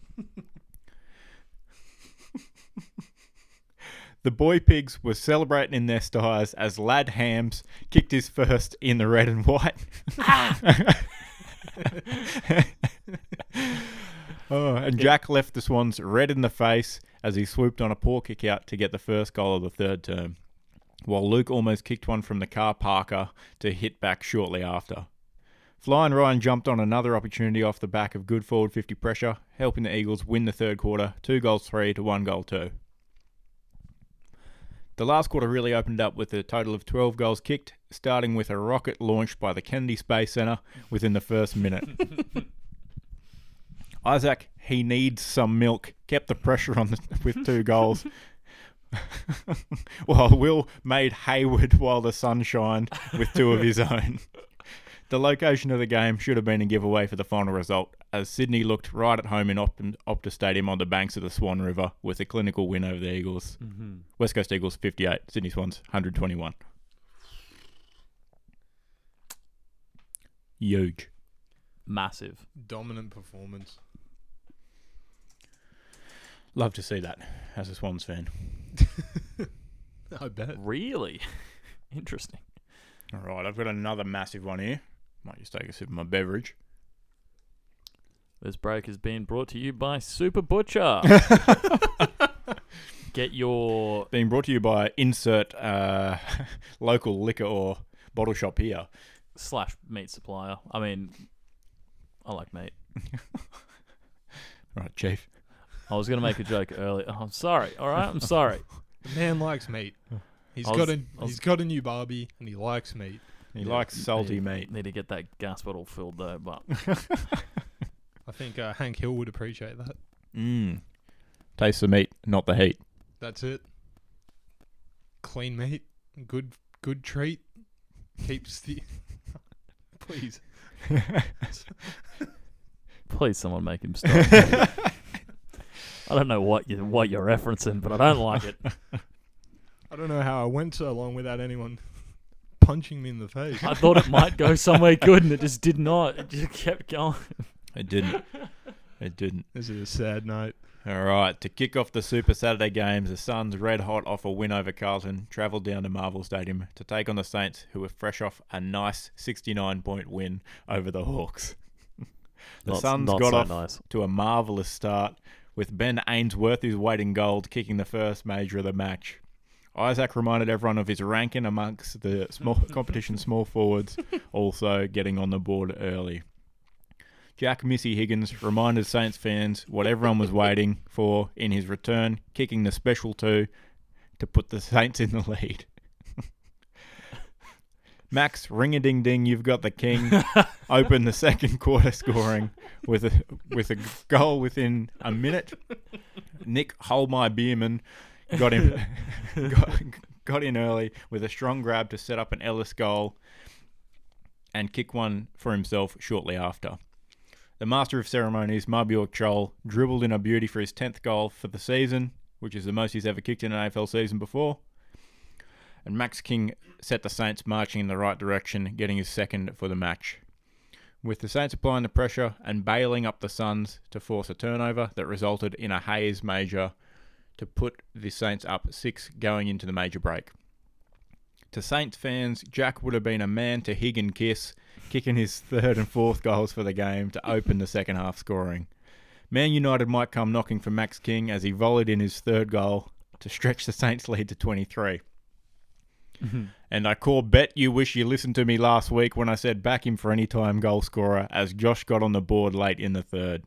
Speaker 4: The boy pigs were celebrating in their stars as Lad Hams kicked his first in the red and white. [LAUGHS] oh, and Jack left the Swans red in the face as he swooped on a poor kick out to get the first goal of the third term, while Luke almost kicked one from the car parker to hit back shortly after. Flying Ryan jumped on another opportunity off the back of good forward 50 pressure, helping the Eagles win the third quarter, two goals three to one goal two. The last quarter really opened up with a total of 12 goals kicked, starting with a rocket launched by the Kennedy Space Center within the first minute. Isaac, he needs some milk, kept the pressure on the, with two goals. [LAUGHS] while Will made Hayward while the sun shined with two of his own. The location of the game should have been a giveaway for the final result, as Sydney looked right at home in Opt- Optus Stadium on the banks of the Swan River with a clinical win over the Eagles.
Speaker 1: Mm-hmm.
Speaker 4: West Coast Eagles 58, Sydney Swans 121. Huge.
Speaker 1: Massive.
Speaker 2: Dominant performance.
Speaker 4: Love to see that as a Swans fan.
Speaker 2: [LAUGHS] I bet.
Speaker 1: Really [LAUGHS] interesting.
Speaker 4: All right, I've got another massive one here. Might just take a sip of my beverage.
Speaker 1: This break has been brought to you by Super
Speaker 4: [LAUGHS]
Speaker 1: Butcher. Get your
Speaker 4: Being brought to you by insert uh, [LAUGHS] local liquor or bottle shop here.
Speaker 1: slash meat supplier. I mean, I like meat.
Speaker 4: All right, Chief.
Speaker 1: I was gonna make a joke earlier. Oh, I'm sorry. All right, I'm sorry.
Speaker 2: The man likes meat. He's
Speaker 1: I was-
Speaker 2: got a
Speaker 1: I was-
Speaker 2: he's got a new Barbie and he likes meat.
Speaker 4: He
Speaker 1: Yeah.
Speaker 4: likes [LAUGHS] salty meat.
Speaker 1: Need to get that gas bottle filled though. But
Speaker 4: [LAUGHS]
Speaker 2: I think uh, Hank Hill would appreciate that.
Speaker 4: Mm. Taste the meat, not the heat.
Speaker 2: That's it. Clean meat, good good treat. Keeps the [LAUGHS] please.
Speaker 1: please, someone make
Speaker 4: [LAUGHS]
Speaker 1: him stop. I don't know what you what you're referencing, but I don't like it.
Speaker 2: I don't know how I went so long without anyone [LAUGHS] punching me in the face.
Speaker 1: I thought it might go somewhere good, and it just did not. It just kept going.
Speaker 4: It didn't. [LAUGHS] It didn't.
Speaker 2: This is a sad night.
Speaker 4: All right, to kick off the Super Saturday games, the Suns, red hot off a win over Carlton, travelled down to Marvel Stadium to take on the Saints, who were fresh off a nice 69 point win over the Hawks. [LAUGHS] the
Speaker 1: Not-
Speaker 4: Suns
Speaker 1: not
Speaker 4: got
Speaker 1: so
Speaker 4: off [LAUGHS]
Speaker 1: nice.
Speaker 4: to a marvellous start, with Ben Ainsworth, who's waiting gold, kicking the first major of the match. Isaac reminded everyone of his ranking amongst the small competition small forwards, also getting on the board early. Jack Missy Higgins reminded Saints fans what everyone was waiting for in his return, kicking the special two to put the Saints in the lead. [LAUGHS] Max, ring a ding ding, you've got the king. Opened the second quarter scoring with a, with a goal within a minute. Nick Holmy Bierman got him [LAUGHS] got, got in early with a strong grab to set up an Ellis goal and kick one for himself shortly after. The master of ceremonies, Marbior Chol, dribbled in a beauty for his 10th goal for the season, which is the most he's ever kicked in an AFL season before. And Max King set the Saints marching in the right direction, getting his second for the match. With the Saints applying the pressure and bailing up the Suns to force a turnover that resulted in a Hayes major to put the Saints up six going into the major break. To Saints fans, Jack would have been a man to hig and kiss, kicking his third and fourth goals for the game to open the second half scoring. Man United might come knocking for Max King as he volleyed in his third goal to stretch the Saints' lead to 23. And I call bet you wish you listened to me last week when I said back him for any time goal scorer as Josh got on the board late in the third.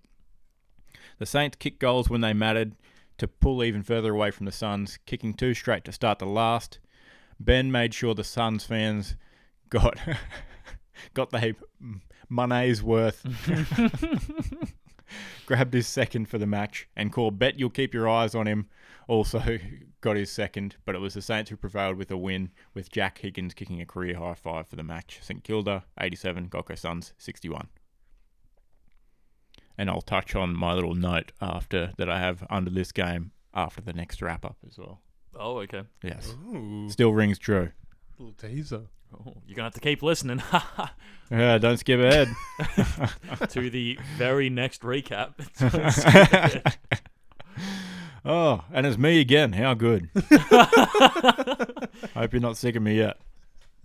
Speaker 4: The Saints kicked goals when they mattered to pull even further away from the Suns, kicking two straight to start the last. Ben made sure the Suns fans got [LAUGHS] got their money's worth. [LAUGHS] Grabbed his second for the match and called bet you'll keep your eyes on him. Also [LAUGHS] got his second, but it was the Saints who prevailed with a win, with Jack Higgins kicking a career high five for the match. St Kilda 87, Gold Coast Suns 61. And I'll touch on my little note after that I have under this game after the next wrap up as well.
Speaker 1: Oh, okay.
Speaker 4: Yes,
Speaker 2: [LAUGHS] Ooh,
Speaker 4: still rings true.
Speaker 2: little teaser.
Speaker 1: Oh, you're gonna have to keep listening [LAUGHS]
Speaker 4: Yeah, don't skip ahead.
Speaker 1: to the very next recap.
Speaker 4: [LAUGHS]
Speaker 1: [LAUGHS]
Speaker 4: oh, and it's me again. How [LAUGHS] good. Hope you're not sick of me yet.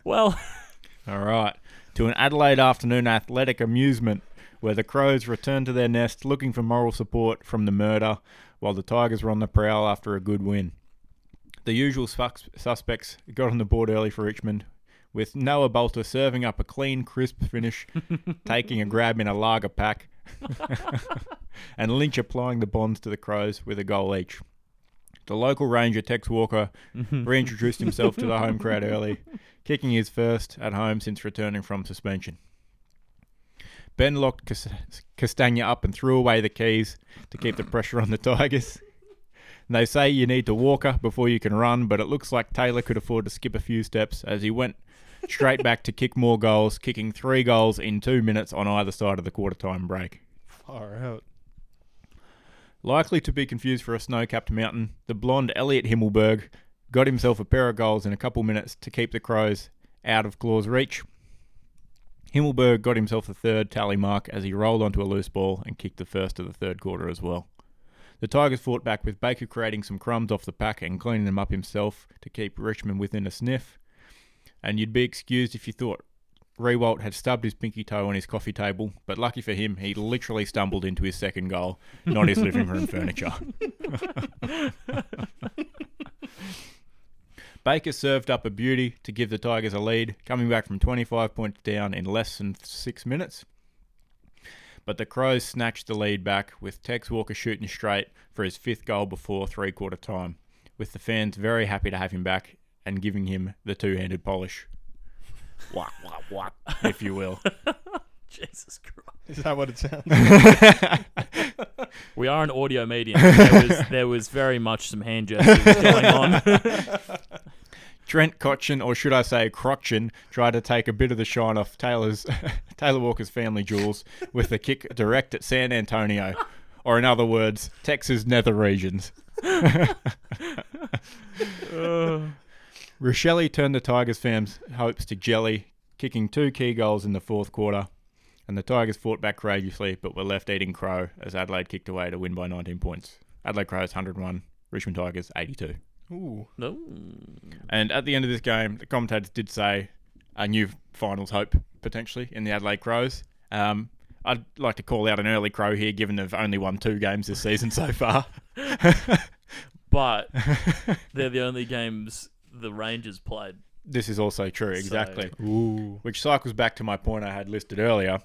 Speaker 1: well, [LAUGHS]
Speaker 4: All right. To an Adelaide afternoon athletic amusement where the Crows returned to their nest looking for moral support from the murder while the Tigers were on the prowl after a good win. The usual sus- suspects got on the board early for Richmond, with Noah Bolter serving up a clean, crisp finish, taking a grab in a lager pack, [LAUGHS] and Lynch applying the bonds to the Crows with a goal each. The local ranger, Tex Walker, reintroduced himself to the home crowd early, kicking his first at home since returning from suspension. Ben locked Cas- Castagna up and threw away the keys to keep the pressure on the Tigers. And they say you need to walker before you can run, but it looks like Taylor could afford to skip a few steps as he went straight back to kick more goals, kicking three goals in two minutes on either side of the quarter time break.
Speaker 2: Far out.
Speaker 4: Likely to be confused for a snow capped mountain, the blonde Elliot Himmelberg got himself a pair of goals in a couple minutes to keep the Crows out of Claw's reach. Himmelberg got himself the third tally mark as he rolled onto a loose ball and kicked the first of the third quarter as well. The Tigers fought back with Baker creating some crumbs off the pack and cleaning them up himself to keep Richmond within a sniff. And you'd be excused if you thought Rewalt had stubbed his pinky toe on his coffee table, but lucky for him, he literally stumbled into his second goal, not his living room furniture. Baker served up a beauty to give the Tigers a lead, coming back from 25 points down in less than six minutes. But the Crows snatched the lead back with Tex Walker shooting straight for his fifth goal before three quarter time, with the fans very happy to have him back and giving him the two handed polish. Wah, wah, wah, if you will.
Speaker 1: Jesus Christ.
Speaker 2: Is that what it sounds?
Speaker 1: We are an audio medium. There was, there was very much some hand gestures going on.
Speaker 4: Trent Cotchin, or should I say Crotchin, tried to take a bit of the shine off Taylor's [LAUGHS] Taylor Walker's family jewels with a kick direct at San Antonio, or in other words, Texas nether regions. Rochelle turned the Tigers' fans' hopes to jelly, kicking two key goals in the fourth quarter, and the Tigers fought back courageously but were left eating crow as Adelaide kicked away to win by 19 points. Adelaide Crows 101, Richmond Tigers 82.
Speaker 2: [LAUGHS] Ooh.
Speaker 1: No.
Speaker 4: And at the end of this game, the commentators did say a new finals hope potentially in the Adelaide Crows. Um, I'd like to call out an early crow here, given they've only won two games this season so far. [LAUGHS]
Speaker 1: But they're the only games the Rangers played.
Speaker 4: This is also true,
Speaker 1: So-
Speaker 4: exactly.
Speaker 2: Ooh.
Speaker 4: Which cycles back to my point I had listed earlier.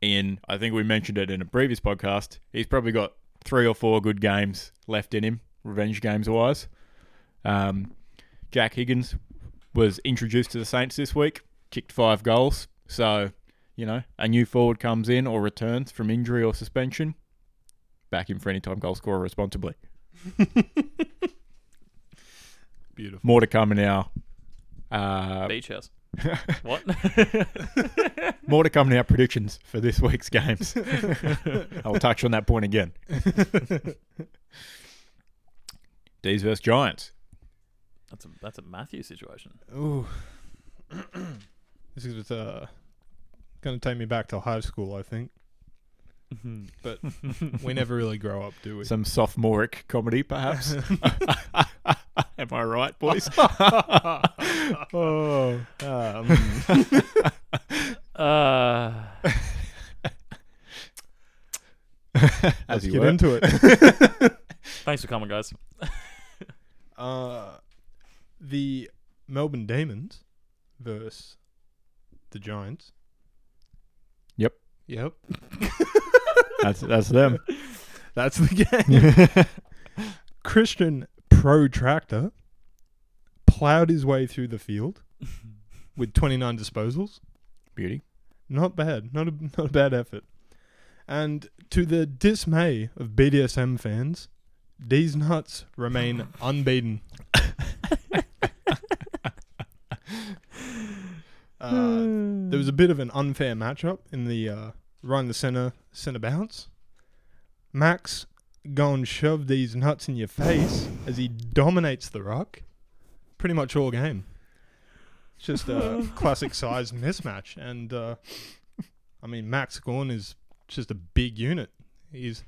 Speaker 4: In I think we mentioned it in a previous podcast. He's probably got three or four good games left in him, revenge games wise. Um, Jack Higgins was introduced to the Saints this week, kicked five goals. So, you know, a new forward comes in or returns from injury or suspension. Back him for any time goal scorer responsibly.
Speaker 2: [LAUGHS] Beautiful.
Speaker 4: More to come in our uh, [LAUGHS]
Speaker 1: Beach house. what?
Speaker 4: More to come in our predictions for this week's games. [LAUGHS] I'll touch on that point again. D's versus Giants.
Speaker 1: That's a that's a Matthew situation.
Speaker 2: [LAUGHS] Ooh. [CLEARS THROAT] this is uh, going to take me back to high school, I think. But we never really grow up, do we?
Speaker 4: Some sophomoric comedy, perhaps. [LAUGHS] Am I right, [LAUGHS] boys?
Speaker 2: oh.
Speaker 4: [LAUGHS]
Speaker 2: Um,
Speaker 1: Uh,
Speaker 4: As
Speaker 2: let's
Speaker 4: you
Speaker 2: get
Speaker 4: were.
Speaker 2: into it.
Speaker 1: thanks for coming, guys.
Speaker 2: Uh, the Melbourne Demons versus the Giants.
Speaker 4: Yep.
Speaker 2: Yep.
Speaker 4: [LAUGHS] That's that's them.
Speaker 2: That's the game. Christian Protractor plowed his way through the field with 29 disposals.
Speaker 4: Beauty.
Speaker 2: Not bad. Not a, [LAUGHS] not a bad effort. And to the dismay of BDSM fans, these nuts remain unbeaten. uh, there was a bit of an unfair matchup in the uh, right in the center center bounce. Max gone shove these nuts in your face as he dominates the ruck, pretty much all game. It's just a classic size mismatch, and uh, I mean Max Gorn is just a big unit. He's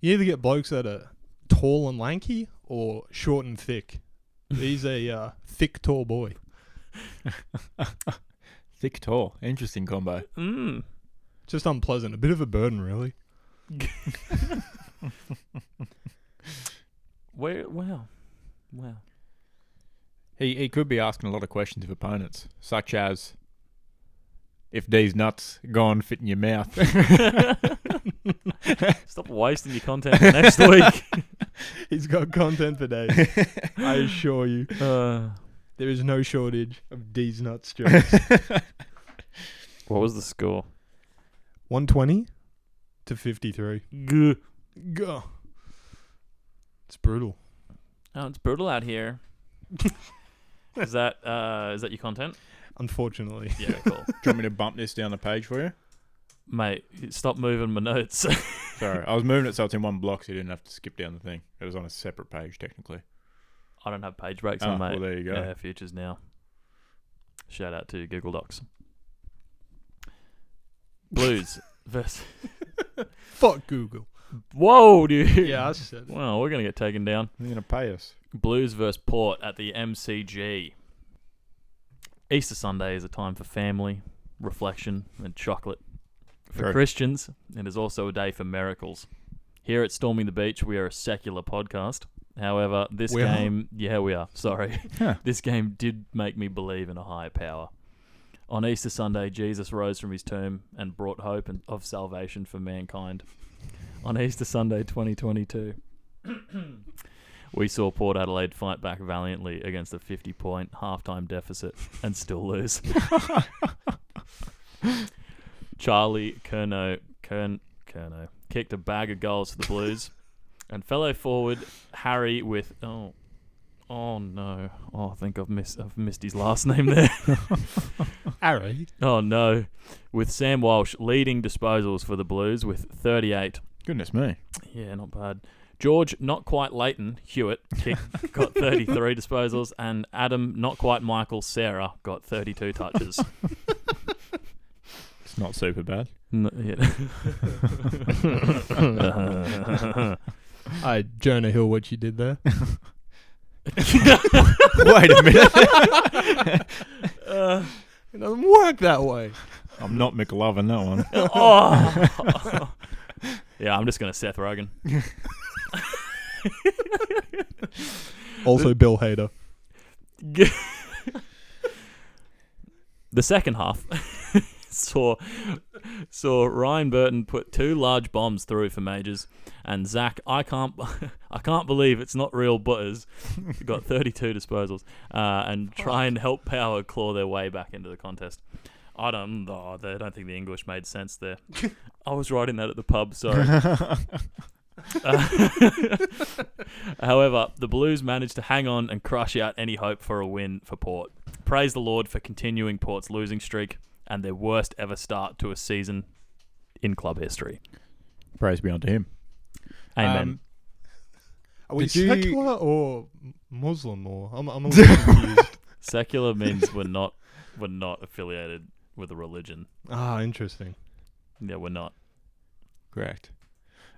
Speaker 2: you either get blokes that are tall and lanky or short and thick. He's a uh, thick, tall boy.
Speaker 4: Thick tall. Interesting combo.
Speaker 1: Mm.
Speaker 2: Just unpleasant, a bit of a burden, really. [LAUGHS]
Speaker 1: Where? Wow. Wow.
Speaker 4: He he could be asking a lot of questions of opponents, such as if D's nuts gone fit in your mouth.
Speaker 1: Stop wasting your content for next week.
Speaker 2: He's got content for days. I assure you,
Speaker 1: Uh,
Speaker 2: there is no shortage of D's nuts jokes.
Speaker 1: what was the score?
Speaker 2: One twenty to fifty three.
Speaker 1: Gah.
Speaker 2: Go. It's brutal.
Speaker 1: Oh, it's brutal out
Speaker 4: [LAUGHS]
Speaker 1: here. is that uh, is that your content?
Speaker 2: Unfortunately, [LAUGHS]
Speaker 1: Yeah,
Speaker 4: [LAUGHS]
Speaker 1: cool.
Speaker 4: Do you want me to bump this down the page for you?
Speaker 1: Mate, stop moving my notes. [LAUGHS]
Speaker 4: Sorry, I was moving it so it's in one block, so you didn't have to skip down the thing. It was on a separate page, technically.
Speaker 1: I don't have page breaks
Speaker 4: Ah,
Speaker 1: on, mate.
Speaker 4: well, there you go.
Speaker 1: Yeah, futures now. Shout out to Google Docs.
Speaker 4: [LAUGHS]
Speaker 1: Blues versus.
Speaker 2: fuck Google.
Speaker 1: Whoa, dude.
Speaker 2: Yeah, I said it.
Speaker 1: Well, we're gonna get taken down.
Speaker 4: They're gonna pay us.
Speaker 1: Blues versus Port at the MCG. Easter Sunday is a time for family, reflection, and chocolate. For
Speaker 4: Very-
Speaker 1: Christians, it is also a day for miracles. Here at Storming the Beach, we are a secular podcast. However, this
Speaker 2: We are?
Speaker 1: game, yeah, we are. Sorry.
Speaker 4: Huh.
Speaker 1: [LAUGHS] this game did make me believe in a higher power. On Easter Sunday, Jesus rose from his tomb and brought hope and, of salvation for mankind. On Easter Sunday 2022, [COUGHS] we saw Port Adelaide fight back valiantly against a 50 point halftime deficit and still lose. Charlie Kerno, Kern, Kerno kicked a bag of goals for the Blues, and fellow forward Harry with oh, oh no, oh I think I've missed I've missed his last name there.
Speaker 2: [LAUGHS] Harry.
Speaker 1: oh no, with Sam Walsh leading disposals for the Blues with 38.
Speaker 4: Goodness me.
Speaker 1: Yeah, not bad. George, not quite Leighton Hewitt, kicked, got 33 disposals, and Adam, not quite Michael Sarah, got 32 touches.
Speaker 4: It's Not super bad.
Speaker 1: N- yeah.
Speaker 2: I Jonah Hill, what you did there.
Speaker 4: [LAUGHS] Wait a minute.
Speaker 1: [LAUGHS] Uh,
Speaker 2: It doesn't work that way.
Speaker 4: I'm not McLovin, that one.
Speaker 1: oh. [LAUGHS] yeah, I'm just gonna Seth Rogen. [LAUGHS]
Speaker 2: Also, Bill Hader.
Speaker 1: the second half [LAUGHS] saw saw Ryan Burton put two large bombs through for majors, and Zach, I can't [LAUGHS] I can't believe it's not real butters. Got 32 disposals uh, and try and help Power claw their way back into the contest. I don't. Oh, I don't think the English made sense there. I was writing that at the pub. Sorry. Uh, However, the Blues managed to hang on and crush out any hope for a win for Port. Praise the Lord for continuing Port's losing streak and their worst ever start to a season in club history.
Speaker 4: [LAUGHS] Praise be unto him. Um,
Speaker 1: Amen.
Speaker 2: Are we
Speaker 4: Did you-
Speaker 2: secular or Muslim? Or I'm, I'm a [LAUGHS] little confused.
Speaker 1: Secular means we're not we're not affiliated with a religion.
Speaker 2: ah, [LAUGHS] interesting.
Speaker 1: Yeah, we're not.
Speaker 4: Correct.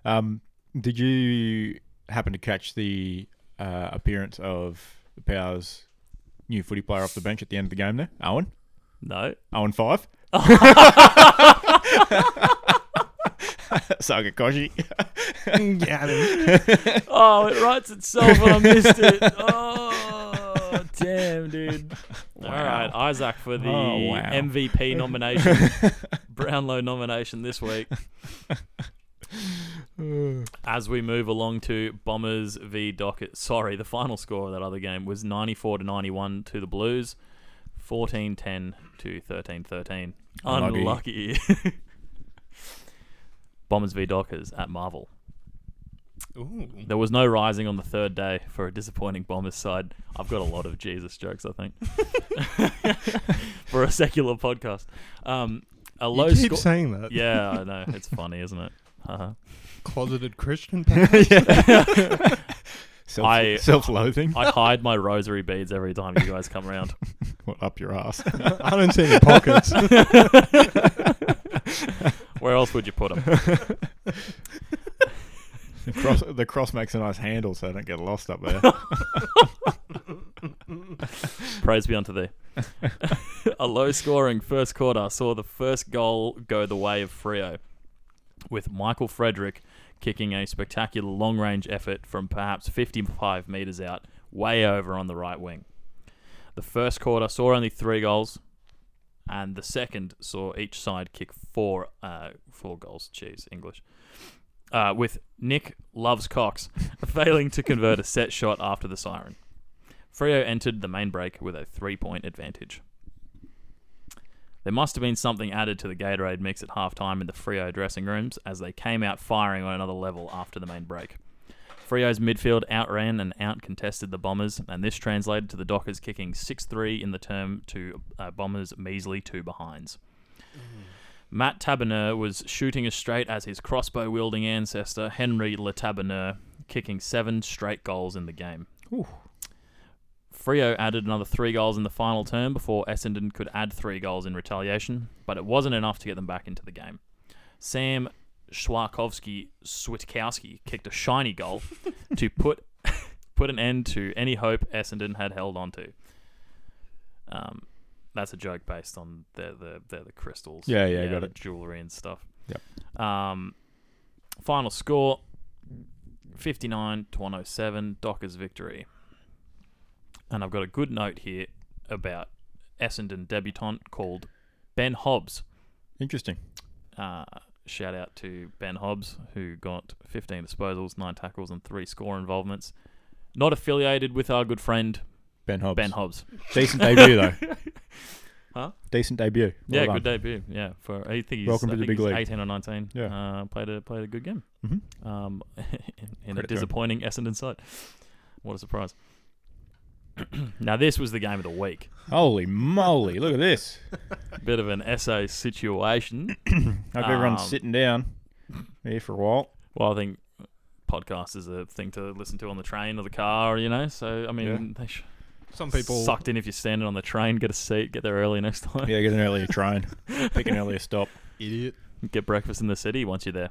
Speaker 4: Um, did you happen to catch the uh, appearance of the Powers' new footy player off the bench at the end of the game there? Owen?
Speaker 1: No.
Speaker 4: Owen Five? Saga Koshi.
Speaker 1: Oh, it writes itself and I missed it. Oh damn, dude. All right, Isaac for the
Speaker 4: Oh, wow.
Speaker 1: [LAUGHS] MVP nomination, Brownlow nomination this week. [SIGHS] As we move along to Bombers v Docket, sorry, the final score of that other game was 94 to 91 to the Blues, 14 10 to 13 13. Unlucky.
Speaker 4: Unlucky.
Speaker 1: [LAUGHS] Bombers v Dockers at Marvel.
Speaker 2: Ooh.
Speaker 1: There was no rising on the third day for a disappointing Bombers side. I've got a lot of Jesus jokes, I think, [LAUGHS] for a secular podcast. Um, a low
Speaker 2: you keep
Speaker 1: score.
Speaker 2: saying that.
Speaker 1: yeah, I know. It's funny, isn't it? Uh-huh.
Speaker 2: Closeted [LAUGHS] Christian.
Speaker 4: Self,
Speaker 1: I-
Speaker 4: [LAUGHS] self-loathing.
Speaker 1: I hide my rosary beads every time you guys come around.
Speaker 4: What up your
Speaker 1: [LAUGHS]
Speaker 4: [LAUGHS] ass?
Speaker 2: I don't see any pockets.
Speaker 1: Where else would you put them?
Speaker 4: The cross, the cross makes a nice handle, so I don't get lost up
Speaker 1: [LAUGHS]
Speaker 4: there.
Speaker 1: Praise be unto thee. [LAUGHS] a low scoring first quarter saw the first goal go the way of Frio, with Michael Frederick kicking a spectacular long range effort from perhaps 55 metres out, way over on the right wing. The first quarter saw only three goals, and the second saw each side kick four, uh, four goals. Jeez, English. Uh, with Nick Loves Cox [LAUGHS] failing to convert a set shot after the siren. Freo entered the main break with a three point advantage. There must have been something added to the Gatorade mix at halftime in the Freo dressing rooms as they came out firing on another level after the main break. Freo's midfield outran and outcontested the Bombers, and this translated to the Dockers kicking 6 3 in the term to uh, Bombers' measly two behinds. Matt Taberner was shooting as straight as his crossbow wielding ancestor, Henry Le Taberner, kicking seven straight goals in the game. Frio added another three goals in the final term before Essendon could add three goals in retaliation, but it wasn't enough to get them back into the game. Sam Schwarkowski Switkowski kicked a shiny goal
Speaker 4: [LAUGHS]
Speaker 1: to put put an end to any hope Essendon had held on to. Um, that's a joke based on the the they're the crystals.
Speaker 4: Yeah, yeah, got
Speaker 1: the
Speaker 4: it.
Speaker 1: Jewelry and stuff.
Speaker 4: Yep.
Speaker 1: Um, final score: fifty nine to one hundred seven. Dockers victory. And I've got a good note here about Essendon debutant called Ben Hobbs.
Speaker 4: Interesting.
Speaker 1: Uh, shout out to Ben Hobbs, who got 15 disposals, 9 tackles, and 3 score involvements. Not affiliated with our good friend,
Speaker 4: Ben Hobbs.
Speaker 1: Ben Hobbs.
Speaker 4: Decent debut though.
Speaker 1: [LAUGHS] Huh?
Speaker 4: Decent debut. Well
Speaker 1: yeah,
Speaker 4: done.
Speaker 1: good debut. Yeah, for I think he's,
Speaker 4: Welcome
Speaker 1: I
Speaker 4: to the
Speaker 1: think he's
Speaker 4: big league.
Speaker 1: 18 or 19.
Speaker 4: Yeah.
Speaker 1: Uh, played, a, played a good game
Speaker 4: Mhm.
Speaker 1: um, [LAUGHS] in, in a
Speaker 4: Credit to him.
Speaker 1: disappointing Essendon side. What a surprise. [CLEARS THROAT] now, this was the game of the
Speaker 4: [LAUGHS]
Speaker 1: week.
Speaker 4: Holy moly! Look at this.
Speaker 1: Bit of an essay situation.
Speaker 4: Hope everyone's
Speaker 1: Um,
Speaker 4: sitting down here for a while.
Speaker 1: Well, I think podcast is a thing to listen to on the train or the car, you know. So I mean, they sh-
Speaker 2: Some people
Speaker 1: sucked in if you're standing on the train. Get a seat. Get there early next time.
Speaker 4: Yeah, get an earlier train. Pick an earlier stop.
Speaker 2: idiot.
Speaker 1: [LAUGHS] Get breakfast in the city once you're there.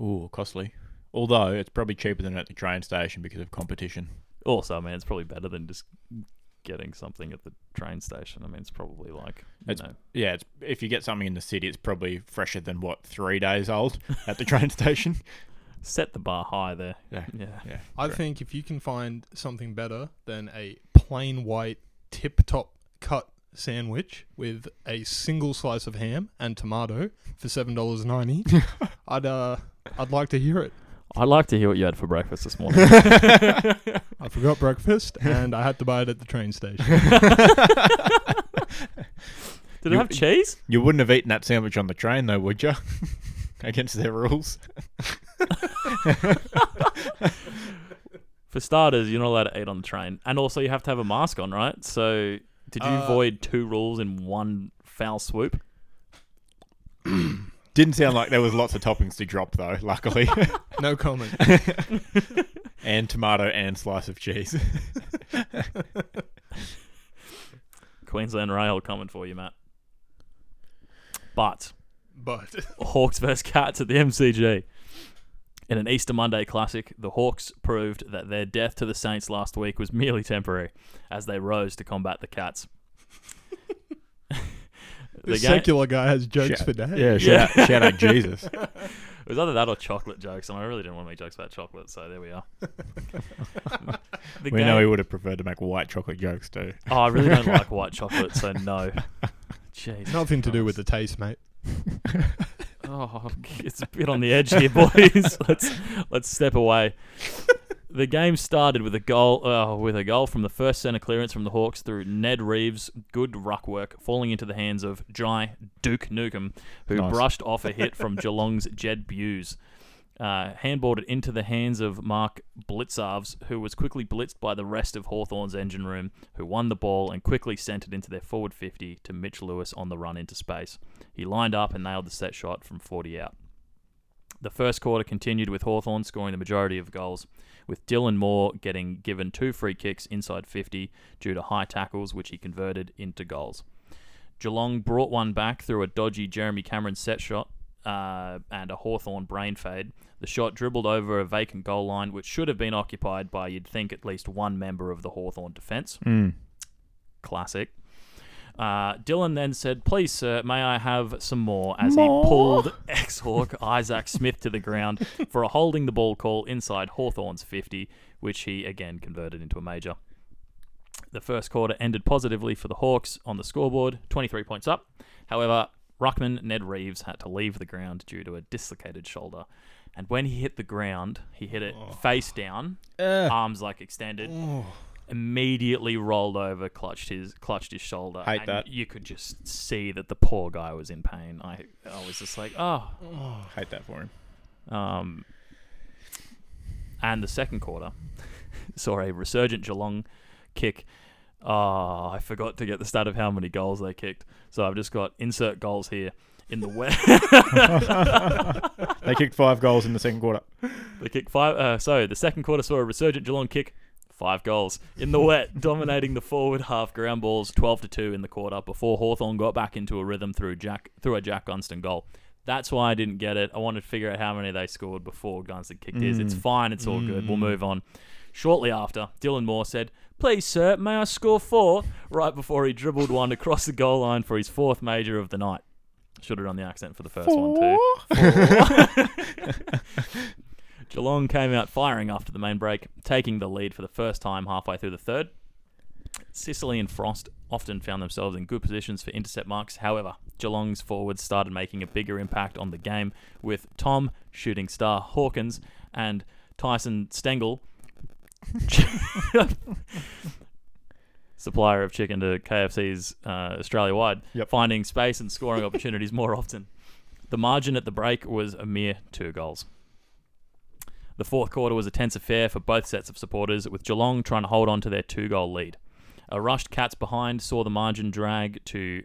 Speaker 4: Ooh, costly. Although it's probably cheaper than at the train station because of competition.
Speaker 1: Also, man, it's probably better than just getting something at the train station. I mean, it's probably like you
Speaker 4: It's-
Speaker 1: know,
Speaker 4: Yeah, it's, if you get something in the city, it's probably fresher than what three days old at the train [LAUGHS] station.
Speaker 1: set the bar high there.
Speaker 4: Yeah.
Speaker 1: yeah.
Speaker 4: Yeah,
Speaker 2: I
Speaker 4: correct.
Speaker 2: think if you can find something better than a plain white tip top cut sandwich with a single slice of ham and tomato for seven dollars
Speaker 4: [LAUGHS]
Speaker 2: ninety, I'd uh I'd like to hear it.
Speaker 1: I'd like to hear what you had for breakfast this [LAUGHS]
Speaker 4: [LAUGHS]
Speaker 1: morning.
Speaker 2: I forgot breakfast and I had to buy it at the train station.
Speaker 1: Did it
Speaker 4: You-
Speaker 1: have cheese?
Speaker 4: you wouldn't have eaten that sandwich on the train though, would you? [LAUGHS] Against their rules.
Speaker 1: For starters, you're not allowed to eat on the train, and also you have to have a mask on, right? So, did you
Speaker 2: Uh,
Speaker 1: avoid two rules in one foul swoop?
Speaker 4: Didn't sound like there was lots of toppings to drop though. Luckily, [LAUGHS]
Speaker 2: No comment.
Speaker 4: and tomato and slice of cheese.
Speaker 1: Queensland Rail coming for you, Matt. But
Speaker 2: But
Speaker 1: Hawks vs Cats at the MCG. In an Easter Monday classic, the Hawks proved that their death to the Saints last week was merely temporary as they rose to combat the Cats. the
Speaker 2: the
Speaker 1: game,
Speaker 2: secular guy has jokes
Speaker 4: Shit.
Speaker 2: for days.
Speaker 4: Yeah,
Speaker 1: Yeah.
Speaker 4: shout, Out, shout out Jesus.
Speaker 1: it was either that or chocolate jokes, and I really didn't want to make jokes about chocolate, so there we are. The
Speaker 4: we
Speaker 1: game-
Speaker 4: know he would have preferred to make white chocolate jokes too.
Speaker 1: oh, I really
Speaker 4: [LAUGHS]
Speaker 1: don't like white chocolate, so no. Jeez.
Speaker 2: Nothing to do with the taste, mate.
Speaker 1: Oh, [LAUGHS] it's a bit on the edge here, boys. [LAUGHS] let's let's step away. The game started with a goal, uh, with a goal from the first centre clearance from the Hawks through Ned Reeves' good ruck work, falling into the hands of Jai Duke Nukem, who
Speaker 4: Nice.
Speaker 1: brushed off a hit from Geelong's Jed Buse. Uh, handballed it into the hands of Mark Blitzarves, who was quickly blitzed by the rest of Hawthorn's engine room, who won the ball and quickly sent it into their forward 50 to Mitch Lewis on the run into space. He lined up and nailed the set shot from 40 out. The first quarter continued with Hawthorn scoring the majority of goals, with Dylan Moore getting given two free kicks inside 50 due to high tackles, which he converted into goals. Geelong brought one back through a dodgy Jeremy Cameron set shot uh, and a Hawthorn brain fade. The shot dribbled over a vacant goal line, which should have been occupied by, you'd think, at least one member of the Hawthorn defence.
Speaker 4: Mm.
Speaker 1: Classic. Uh, Dylan then said, Please, sir, may I have some more? As he pulled [LAUGHS] ex Hawk Isaac Smith to the ground for a holding the ball call inside Hawthorn's 50, which he again converted into a major. The first quarter ended positively for the Hawks on the scoreboard, 23 points up. However, Ruckman Ned Reeves had to leave the ground due to a dislocated shoulder. And when he hit the ground, he hit it
Speaker 4: Oh.
Speaker 1: face down,
Speaker 4: Eh.
Speaker 1: arms like extended, immediately rolled over, clutched his clutched his shoulder.
Speaker 4: Hate
Speaker 1: and
Speaker 4: that.
Speaker 1: You could just see that the poor guy was in pain. I I was just like, oh.
Speaker 4: Hate that
Speaker 1: [LAUGHS]
Speaker 4: for him.
Speaker 1: Um, and the second quarter [LAUGHS] saw a resurgent Geelong kick. Ah, I forgot to get the stat of how many goals they kicked. So I've just got insert goals here. In the [LAUGHS] west,
Speaker 4: They kicked five goals in the second quarter.
Speaker 1: They kick five. Uh, so the second quarter saw a resurgent Geelong kick five goals in the wet, dominating the forward half ground balls twelve to two in the quarter before Hawthorn got back into a rhythm through Jack through a Jack Gunston goal. That's why I didn't get it. I wanted to figure out how many they scored before Gunston kicked his. It's fine. It's all good. We'll move on. Shortly after, Dylan Moore said, Please, sir, may I score four? Right before he dribbled one across the goal line for his fourth major of the night. Should have done the accent for the first one, too. Geelong came out firing after the main break, taking the lead for the first time halfway through the third. Sicily and Frost often found themselves in good positions for intercept marks. However, Geelong's forwards started making a bigger impact on the game with Tom shooting star Hawkins and Tyson Stengel, [LAUGHS] supplier of chicken to KFC's uh, Australia wide,
Speaker 4: Yep.
Speaker 1: finding space and scoring opportunities more often. The margin at the break was a mere two goals. The fourth quarter was a tense affair for both sets of supporters, with Geelong trying to hold on to their two goal lead. A rushed Cats behind saw the margin drag to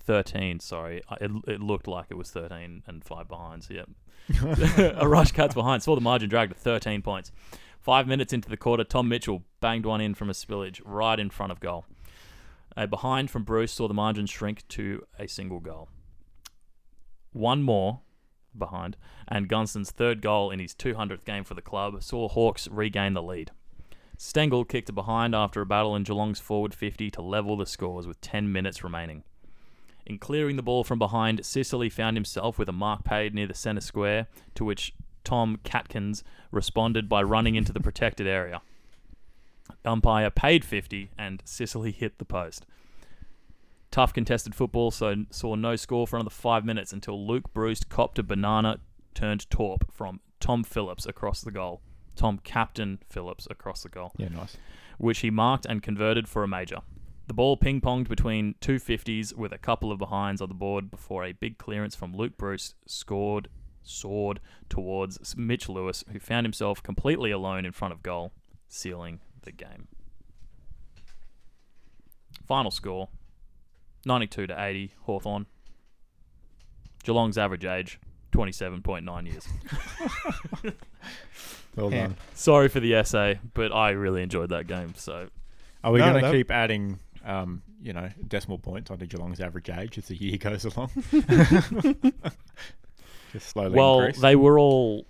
Speaker 1: 13. Sorry, I- it, it looked like it was [LAUGHS] 13 and five behinds. Yep. a rushed Cats behind saw the margin drag to 13 points. Five minutes into the quarter, Tom Mitchell banged one in from a spillage right in front of goal. A behind from Bruce saw the margin shrink to a single goal. One more behind, and Gunston's third goal in his 200th game for the club saw Hawks regain the lead. Stengel kicked a behind after a battle in Geelong's forward 50 to level the scores with 10 minutes remaining. In clearing the ball from behind, Sicily found himself with a mark paid near the centre square, to which Tom Catkins responded by running into the protected area. Umpire paid 50 and Sicily hit the post. Tough contested football so saw no score for another five minutes until Luke Bruce copped a banana turned torp from Tom Phillips across the goal. Tom Captain Phillips across the goal
Speaker 4: Yeah, nice.
Speaker 1: which he marked and converted for a major. The ball ping ponged between two 50s with a couple of behinds on the board before a big clearance from Luke Bruce scored, soared towards Mitch Lewis, who found himself completely alone in front of goal, sealing the game. Final score 92 to 80, Hawthorn. Geelong's average age 27.9 years.
Speaker 4: Well
Speaker 2: Yeah.
Speaker 4: done.
Speaker 1: Sorry for the essay, but I really enjoyed that game, so
Speaker 4: Are we
Speaker 2: No,
Speaker 4: going to
Speaker 2: that-
Speaker 4: keep adding, um, you know, decimal points onto Geelong's average age as the year
Speaker 1: [LAUGHS]
Speaker 4: goes along? Just slowly
Speaker 1: well,
Speaker 4: increase.
Speaker 1: they were all.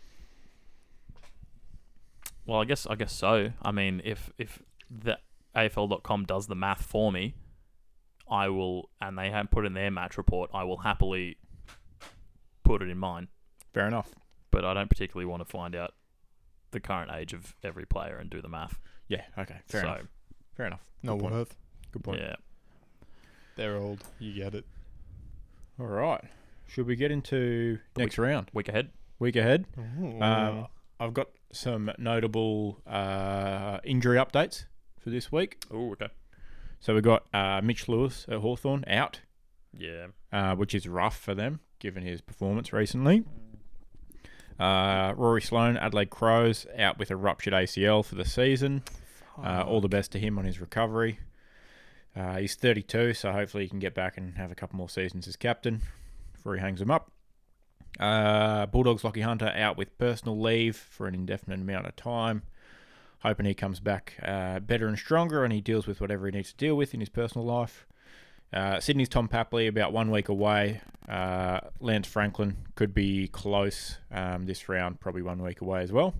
Speaker 1: Well, I guess I guess so. I mean, if if the AFL.com does the math for me, I will, and they have put in their match report. I will happily put it in mine,
Speaker 4: Fair enough.
Speaker 1: but I don't particularly want to find out the current age of every player and do the math.
Speaker 4: Yeah. Okay. Fair
Speaker 1: so
Speaker 4: enough. Fair enough.
Speaker 2: No
Speaker 4: Good point.
Speaker 2: worth.
Speaker 4: Good point.
Speaker 1: yeah,
Speaker 2: They're old. You get it.
Speaker 4: All right. Should we get into next round?
Speaker 1: week ahead.
Speaker 4: Week ahead. Um, I've got some notable uh, injury updates for this week.
Speaker 1: Oh, okay.
Speaker 4: So we've got uh, Mitch Lewis at Hawthorn out,
Speaker 1: Yeah.
Speaker 4: uh, which is rough for them given his performance recently. Uh, Rory Sloan, Adelaide Crows, out with a ruptured ACL for the season. Uh, all the best to him on his recovery. Uh, he's 32, so hopefully he can get back and have a couple more seasons as captain before he hangs him up. Uh, Bulldogs Lockie Hunter out with personal leave for an indefinite amount of time. Hoping he comes back uh, better and stronger and he deals with whatever he needs to deal with in his personal life. Uh, Sydney's Tom Papley about one week away. Uh, Lance Franklin could be close um, this round, probably one week away as well.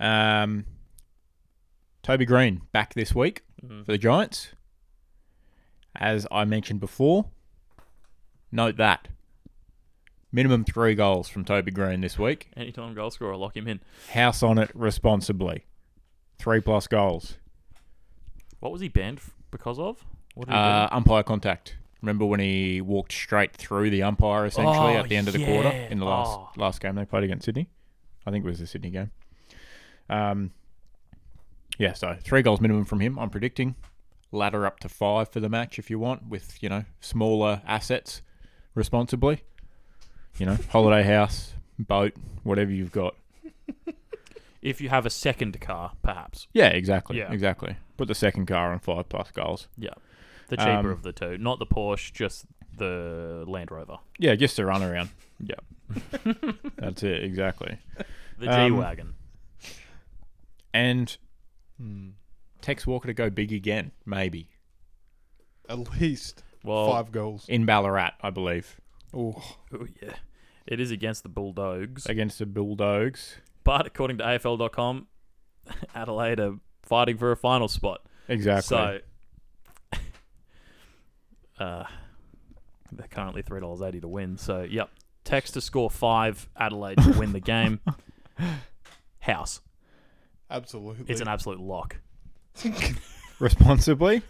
Speaker 4: Um, Toby Green back this week
Speaker 1: Mm-hmm.
Speaker 4: for the Giants. As I mentioned before, note that minimum three goals from Toby Green this week.
Speaker 1: Anytime goal scorer, lock him in.
Speaker 4: House on it responsibly. Three plus goals.
Speaker 1: What was he banned f- because of? What did he do?
Speaker 4: Uh, umpire contact. Remember when he walked straight through the umpire essentially
Speaker 1: Oh,
Speaker 4: at the end of the quarter
Speaker 1: yeah.
Speaker 4: in the last
Speaker 1: Oh.
Speaker 4: last game they played against Sydney? I think it was the Sydney game. Um, yeah, so three goals minimum from him. I'm predicting ladder up to five for the match if you want, with you know smaller assets responsibly. You know,
Speaker 1: [LAUGHS]
Speaker 4: holiday house, boat, whatever you've got.
Speaker 1: if you have a second car, perhaps.
Speaker 4: Yeah, exactly.
Speaker 1: Yeah.
Speaker 4: exactly. Put the second car on five plus goals.
Speaker 1: The cheaper
Speaker 4: Um,
Speaker 1: of the two, not the Porsche, just the Land Rover,
Speaker 4: Yeah, just a run around.
Speaker 1: [LAUGHS] Yeah.
Speaker 4: that's it. Exactly.
Speaker 1: the
Speaker 4: Um,
Speaker 1: G wagon.
Speaker 4: And
Speaker 2: Hmm.
Speaker 4: Tex Walker to go big again, maybe
Speaker 2: At least
Speaker 1: Well,
Speaker 2: five goals.
Speaker 4: in Ballarat, I believe,
Speaker 2: Oh,
Speaker 1: oh, yeah, it is against the Bulldogs,
Speaker 4: against the Bulldogs.
Speaker 1: but according to AFL.com, [LAUGHS] Adelaide are fighting for a final spot.
Speaker 4: Exactly.
Speaker 1: So, [LAUGHS] uh, they're currently three dollars eighty to win. So, yep, Tex to score five, Adelaide to win the
Speaker 4: [LAUGHS]
Speaker 1: game. House,
Speaker 2: absolutely.
Speaker 1: it's an absolute lock.
Speaker 4: [LAUGHS] responsibly,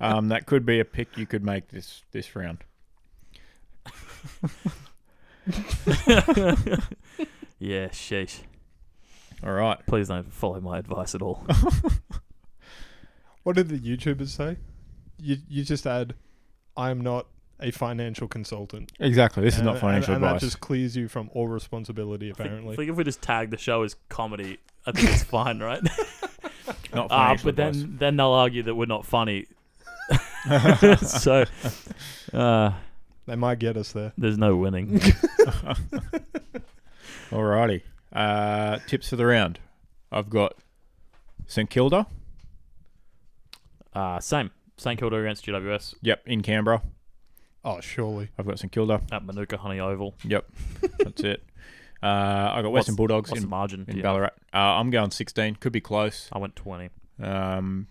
Speaker 4: um, that could be a pick you could make this this round.
Speaker 1: Yeah, sheesh.
Speaker 4: All right.
Speaker 1: Please don't follow my advice at all.
Speaker 2: What did the YouTubers say? You you just add, I am not a financial consultant.
Speaker 4: Exactly. This is
Speaker 2: And-
Speaker 4: not financial
Speaker 2: and, and
Speaker 4: advice.
Speaker 2: that just clears you from all responsibility.
Speaker 1: I think-
Speaker 2: Apparently,
Speaker 1: I think if we just tag the show as comedy, I think it's fine,
Speaker 4: [LAUGHS]
Speaker 1: right?
Speaker 4: Not
Speaker 1: Ah,
Speaker 4: financial
Speaker 1: but
Speaker 4: advice.
Speaker 1: then then they'll argue that we're not
Speaker 4: [LAUGHS]
Speaker 1: funny. [LAUGHS] so uh,
Speaker 2: they might get us there.
Speaker 1: there's no
Speaker 4: [LAUGHS]
Speaker 1: winning.
Speaker 4: Alrighty. Uh, tips for the round. I've got St Kilda.
Speaker 1: Uh, same. St Kilda against GWS
Speaker 4: Yep, in Canberra.
Speaker 2: Oh, surely.
Speaker 4: I've got St Kilda.
Speaker 1: at Manuka Honey Oval.
Speaker 4: Yep, that's it. Uh, I got Western Bulldogs
Speaker 1: What's the
Speaker 4: in,
Speaker 1: margin?
Speaker 4: in
Speaker 1: Yeah.
Speaker 4: Ballarat. Uh, I'm going 16. Could be close.
Speaker 1: I went 20.
Speaker 4: Um,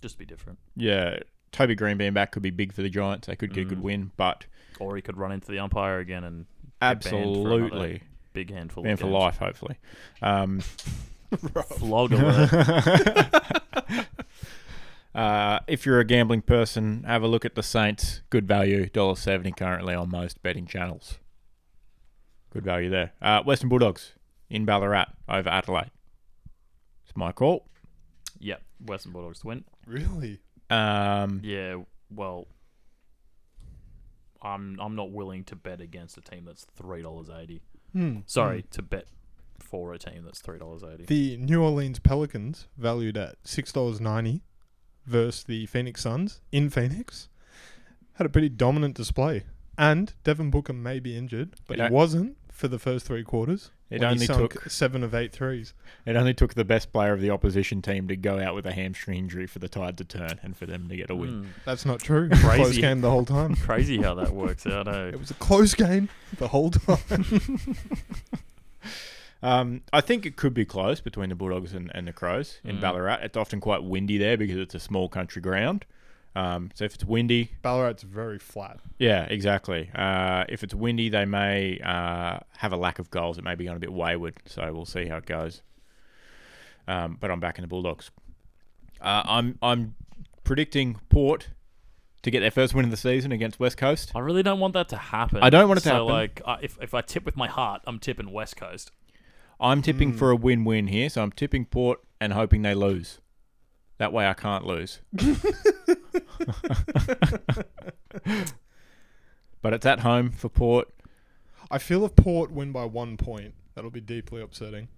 Speaker 1: Just to be different.
Speaker 4: yeah, Toby Green being back could be big for the Giants. They could get a
Speaker 1: Mm.
Speaker 4: good win, but
Speaker 1: Or he could run into the umpire again and banned for another
Speaker 4: absolutely
Speaker 1: big handful
Speaker 4: man
Speaker 1: of
Speaker 4: for
Speaker 1: games.
Speaker 4: life. Hopefully. Um, [LAUGHS]
Speaker 1: [LAUGHS] Flogged alert.
Speaker 4: Uh, if you're a gambling person, have a look at the Saints. Good value, dollar seventy currently on most betting channels. Good value there. Uh, Western Bulldogs in Ballarat over Adelaide. It's my call.
Speaker 1: yep. Western Bulldogs to win.
Speaker 2: Really?
Speaker 4: Um,
Speaker 1: Yeah, well, I'm I'm not willing to bet against a team that's three dollars eighty.
Speaker 2: Hmm.
Speaker 1: Sorry,
Speaker 4: Mm.
Speaker 1: to bet for a team that's three dollars eighty.
Speaker 2: The New Orleans Pelicans, valued at six dollars ninety, versus the Phoenix Suns in Phoenix, had a pretty dominant display. And Devin Booker may be injured, but
Speaker 4: It
Speaker 2: he
Speaker 4: o-
Speaker 2: wasn't for the first three quarters. when
Speaker 4: it
Speaker 2: he
Speaker 4: only
Speaker 2: sunk
Speaker 4: took
Speaker 2: seven of eight threes.
Speaker 4: it only took the best player of the opposition team to go out with a hamstring injury for the tide to turn and for them to get a win.
Speaker 1: Mm,
Speaker 2: That's not
Speaker 4: [LAUGHS]
Speaker 2: true. close
Speaker 1: Crazy.
Speaker 2: game the whole time.
Speaker 1: crazy how that works out. eh?
Speaker 2: It was a [LAUGHS] close game the whole time.
Speaker 4: Um, I think it could be close between the Bulldogs and, and the Crows in
Speaker 1: Mm.
Speaker 4: Ballarat. It's often quite windy there because it's a small country ground. Um, so if it's windy,
Speaker 2: [LAUGHS] Ballarat's very flat.
Speaker 4: yeah, exactly. Uh, if it's windy, they may uh, have a lack of goals. It may be going a bit wayward. So we'll see how it goes. Um, but I'm backing the Bulldogs. Uh, I'm I'm predicting Port to get their first win of the season against West Coast.
Speaker 1: I really don't want that to happen.
Speaker 4: I don't want it to
Speaker 1: so
Speaker 4: happen.
Speaker 1: Like, I, if if I tip with my heart, I'm tipping West Coast.
Speaker 4: I'm tipping
Speaker 2: Mm.
Speaker 4: for a win-win here, so I'm tipping Port and hoping they lose. That way, I can't [LAUGHS] lose. but it's at home for Port.
Speaker 2: I feel if Port win by one point, that'll be deeply upsetting.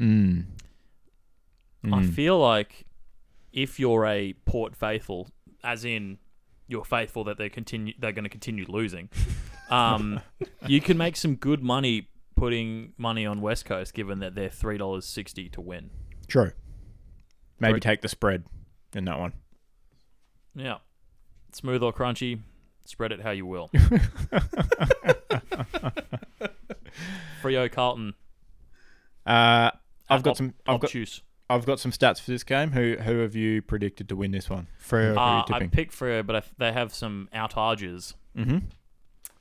Speaker 4: Mm.
Speaker 1: I
Speaker 4: Mm.
Speaker 1: feel like if you're a Port faithful, as in you're faithful that they continue, they're going to continue
Speaker 4: [LAUGHS]
Speaker 1: losing. Um, you can make some good money putting money on West Coast, given that they're three dollars sixty to win.
Speaker 4: true. Maybe
Speaker 1: Right.
Speaker 4: take the spread in that one.
Speaker 1: Yeah, smooth or crunchy, spread it how you
Speaker 4: [LAUGHS]
Speaker 1: will. Frio Carlton,
Speaker 4: Uh, I've got
Speaker 1: Ob-
Speaker 4: some. I've got.
Speaker 1: obtuse.
Speaker 4: I've got some stats for this game. Who who have you predicted to win this one?
Speaker 2: Freo.
Speaker 4: who are you
Speaker 1: Uh, I
Speaker 4: tipping?
Speaker 1: picked Frio, but I th- they have some outages.
Speaker 4: Mm-hmm.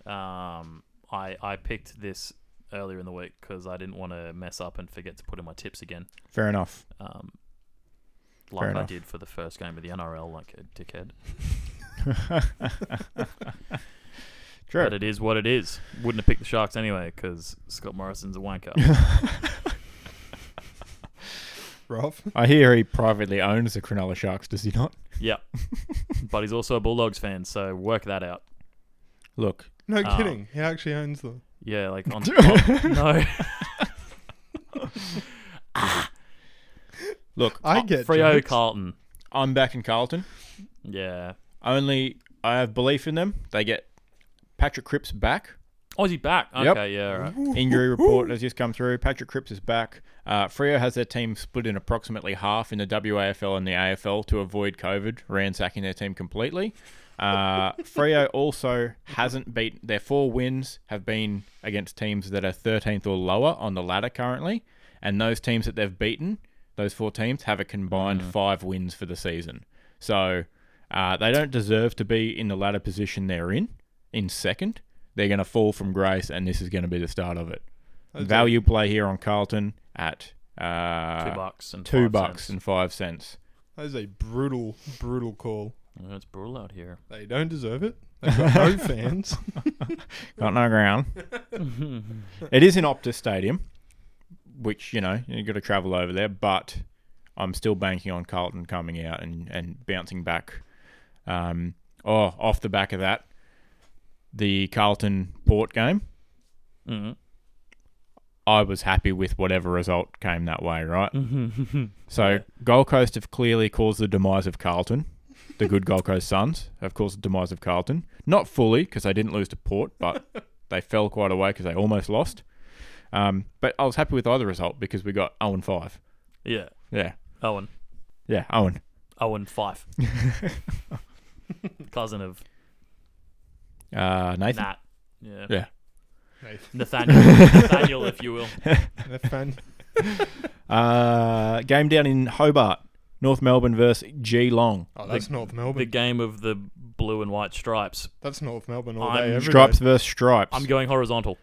Speaker 1: Um, I I picked this earlier in the week because I didn't want to mess up and forget to put in my tips again,
Speaker 4: Fair [LAUGHS] enough.
Speaker 1: um,
Speaker 4: Fair
Speaker 1: like I
Speaker 4: enough.
Speaker 1: did for the first game of the NRL, like a dickhead.
Speaker 4: True.
Speaker 1: But it is what it is. Wouldn't have picked the Sharks anyway because Scott Morrison's a wanker.
Speaker 4: [LAUGHS]
Speaker 2: Rough.
Speaker 4: I hear he privately owns the Cronulla Sharks. Does he not?
Speaker 1: yep, but he's also a Bulldogs fan, so work that out.
Speaker 4: Look,
Speaker 2: No
Speaker 1: Oh.
Speaker 2: kidding. He actually owns [LAUGHS] them.
Speaker 1: Yeah, like on top. no.
Speaker 4: look.
Speaker 1: [LAUGHS]
Speaker 2: I
Speaker 1: Uh,
Speaker 2: get
Speaker 1: Frio
Speaker 2: jokes.
Speaker 1: Carlton.
Speaker 4: I'm backing Carlton.
Speaker 1: Yeah.
Speaker 4: Only I have belief in them. They get Patrick Cripps back.
Speaker 1: Oh, is he back? Okay,
Speaker 4: Yep.
Speaker 1: yeah, all right.
Speaker 4: Injury report has just come through. Patrick Cripps is back. Uh, Freo has their team split in approximately half in the WAFL and the AFL to avoid COVID, ransacking their team completely. Uh, [LAUGHS] Freo also hasn't beaten their four wins have been against teams that are 13th or lower on the ladder currently, and those teams that they've beaten, those four teams have a combined
Speaker 1: Mm.
Speaker 4: five wins for the season. So uh, they don't deserve to be in the ladder position they're in, in second. They're going to fall from grace, and this is going to be the start of it.
Speaker 2: That's
Speaker 4: Value play here on Carlton at uh,
Speaker 1: two bucks and
Speaker 4: two
Speaker 1: five
Speaker 4: bucks
Speaker 1: cents.
Speaker 4: and five cents.
Speaker 2: That is a brutal, brutal call.
Speaker 1: Yeah, it's brutal out here.
Speaker 2: They don't deserve it. They've got no fans.
Speaker 4: Got no ground. it is in Optus Stadium, which you know you got to travel over there, but I'm still banking on Carlton coming out and and bouncing back. Um, oh, off the back of that, the Carlton Port game.
Speaker 1: Mm-hmm.
Speaker 4: I was happy with whatever result came that way, right?
Speaker 1: Mm-hmm.
Speaker 4: So
Speaker 1: Yeah.
Speaker 4: Gold Coast have clearly caused the demise of Carlton. The good Gold Coast Suns have caused the demise of Carlton. Not fully because they didn't lose to Port, but they fell quite away because they almost lost. Um, but I was happy with either result because we got 0 and 5.
Speaker 1: [LAUGHS] Yeah.
Speaker 4: Yeah.
Speaker 1: Owen.
Speaker 4: Yeah, Owen.
Speaker 1: Owen Fife. Cousin of
Speaker 4: Uh, Nathan.
Speaker 1: Nat. Yeah.
Speaker 4: Yeah.
Speaker 1: [LAUGHS] Nathaniel. Nathaniel, if you will.
Speaker 2: [LAUGHS]
Speaker 4: Uh, game down in Hobart, North Melbourne versus Geelong.
Speaker 2: Oh, that's North
Speaker 1: The
Speaker 2: Melbourne.
Speaker 1: game of the blue and white stripes.
Speaker 2: that's North Melbourne all
Speaker 1: I'm
Speaker 2: day. every
Speaker 4: Stripes
Speaker 2: day.
Speaker 4: versus Stripes.
Speaker 1: I'm going horizontal.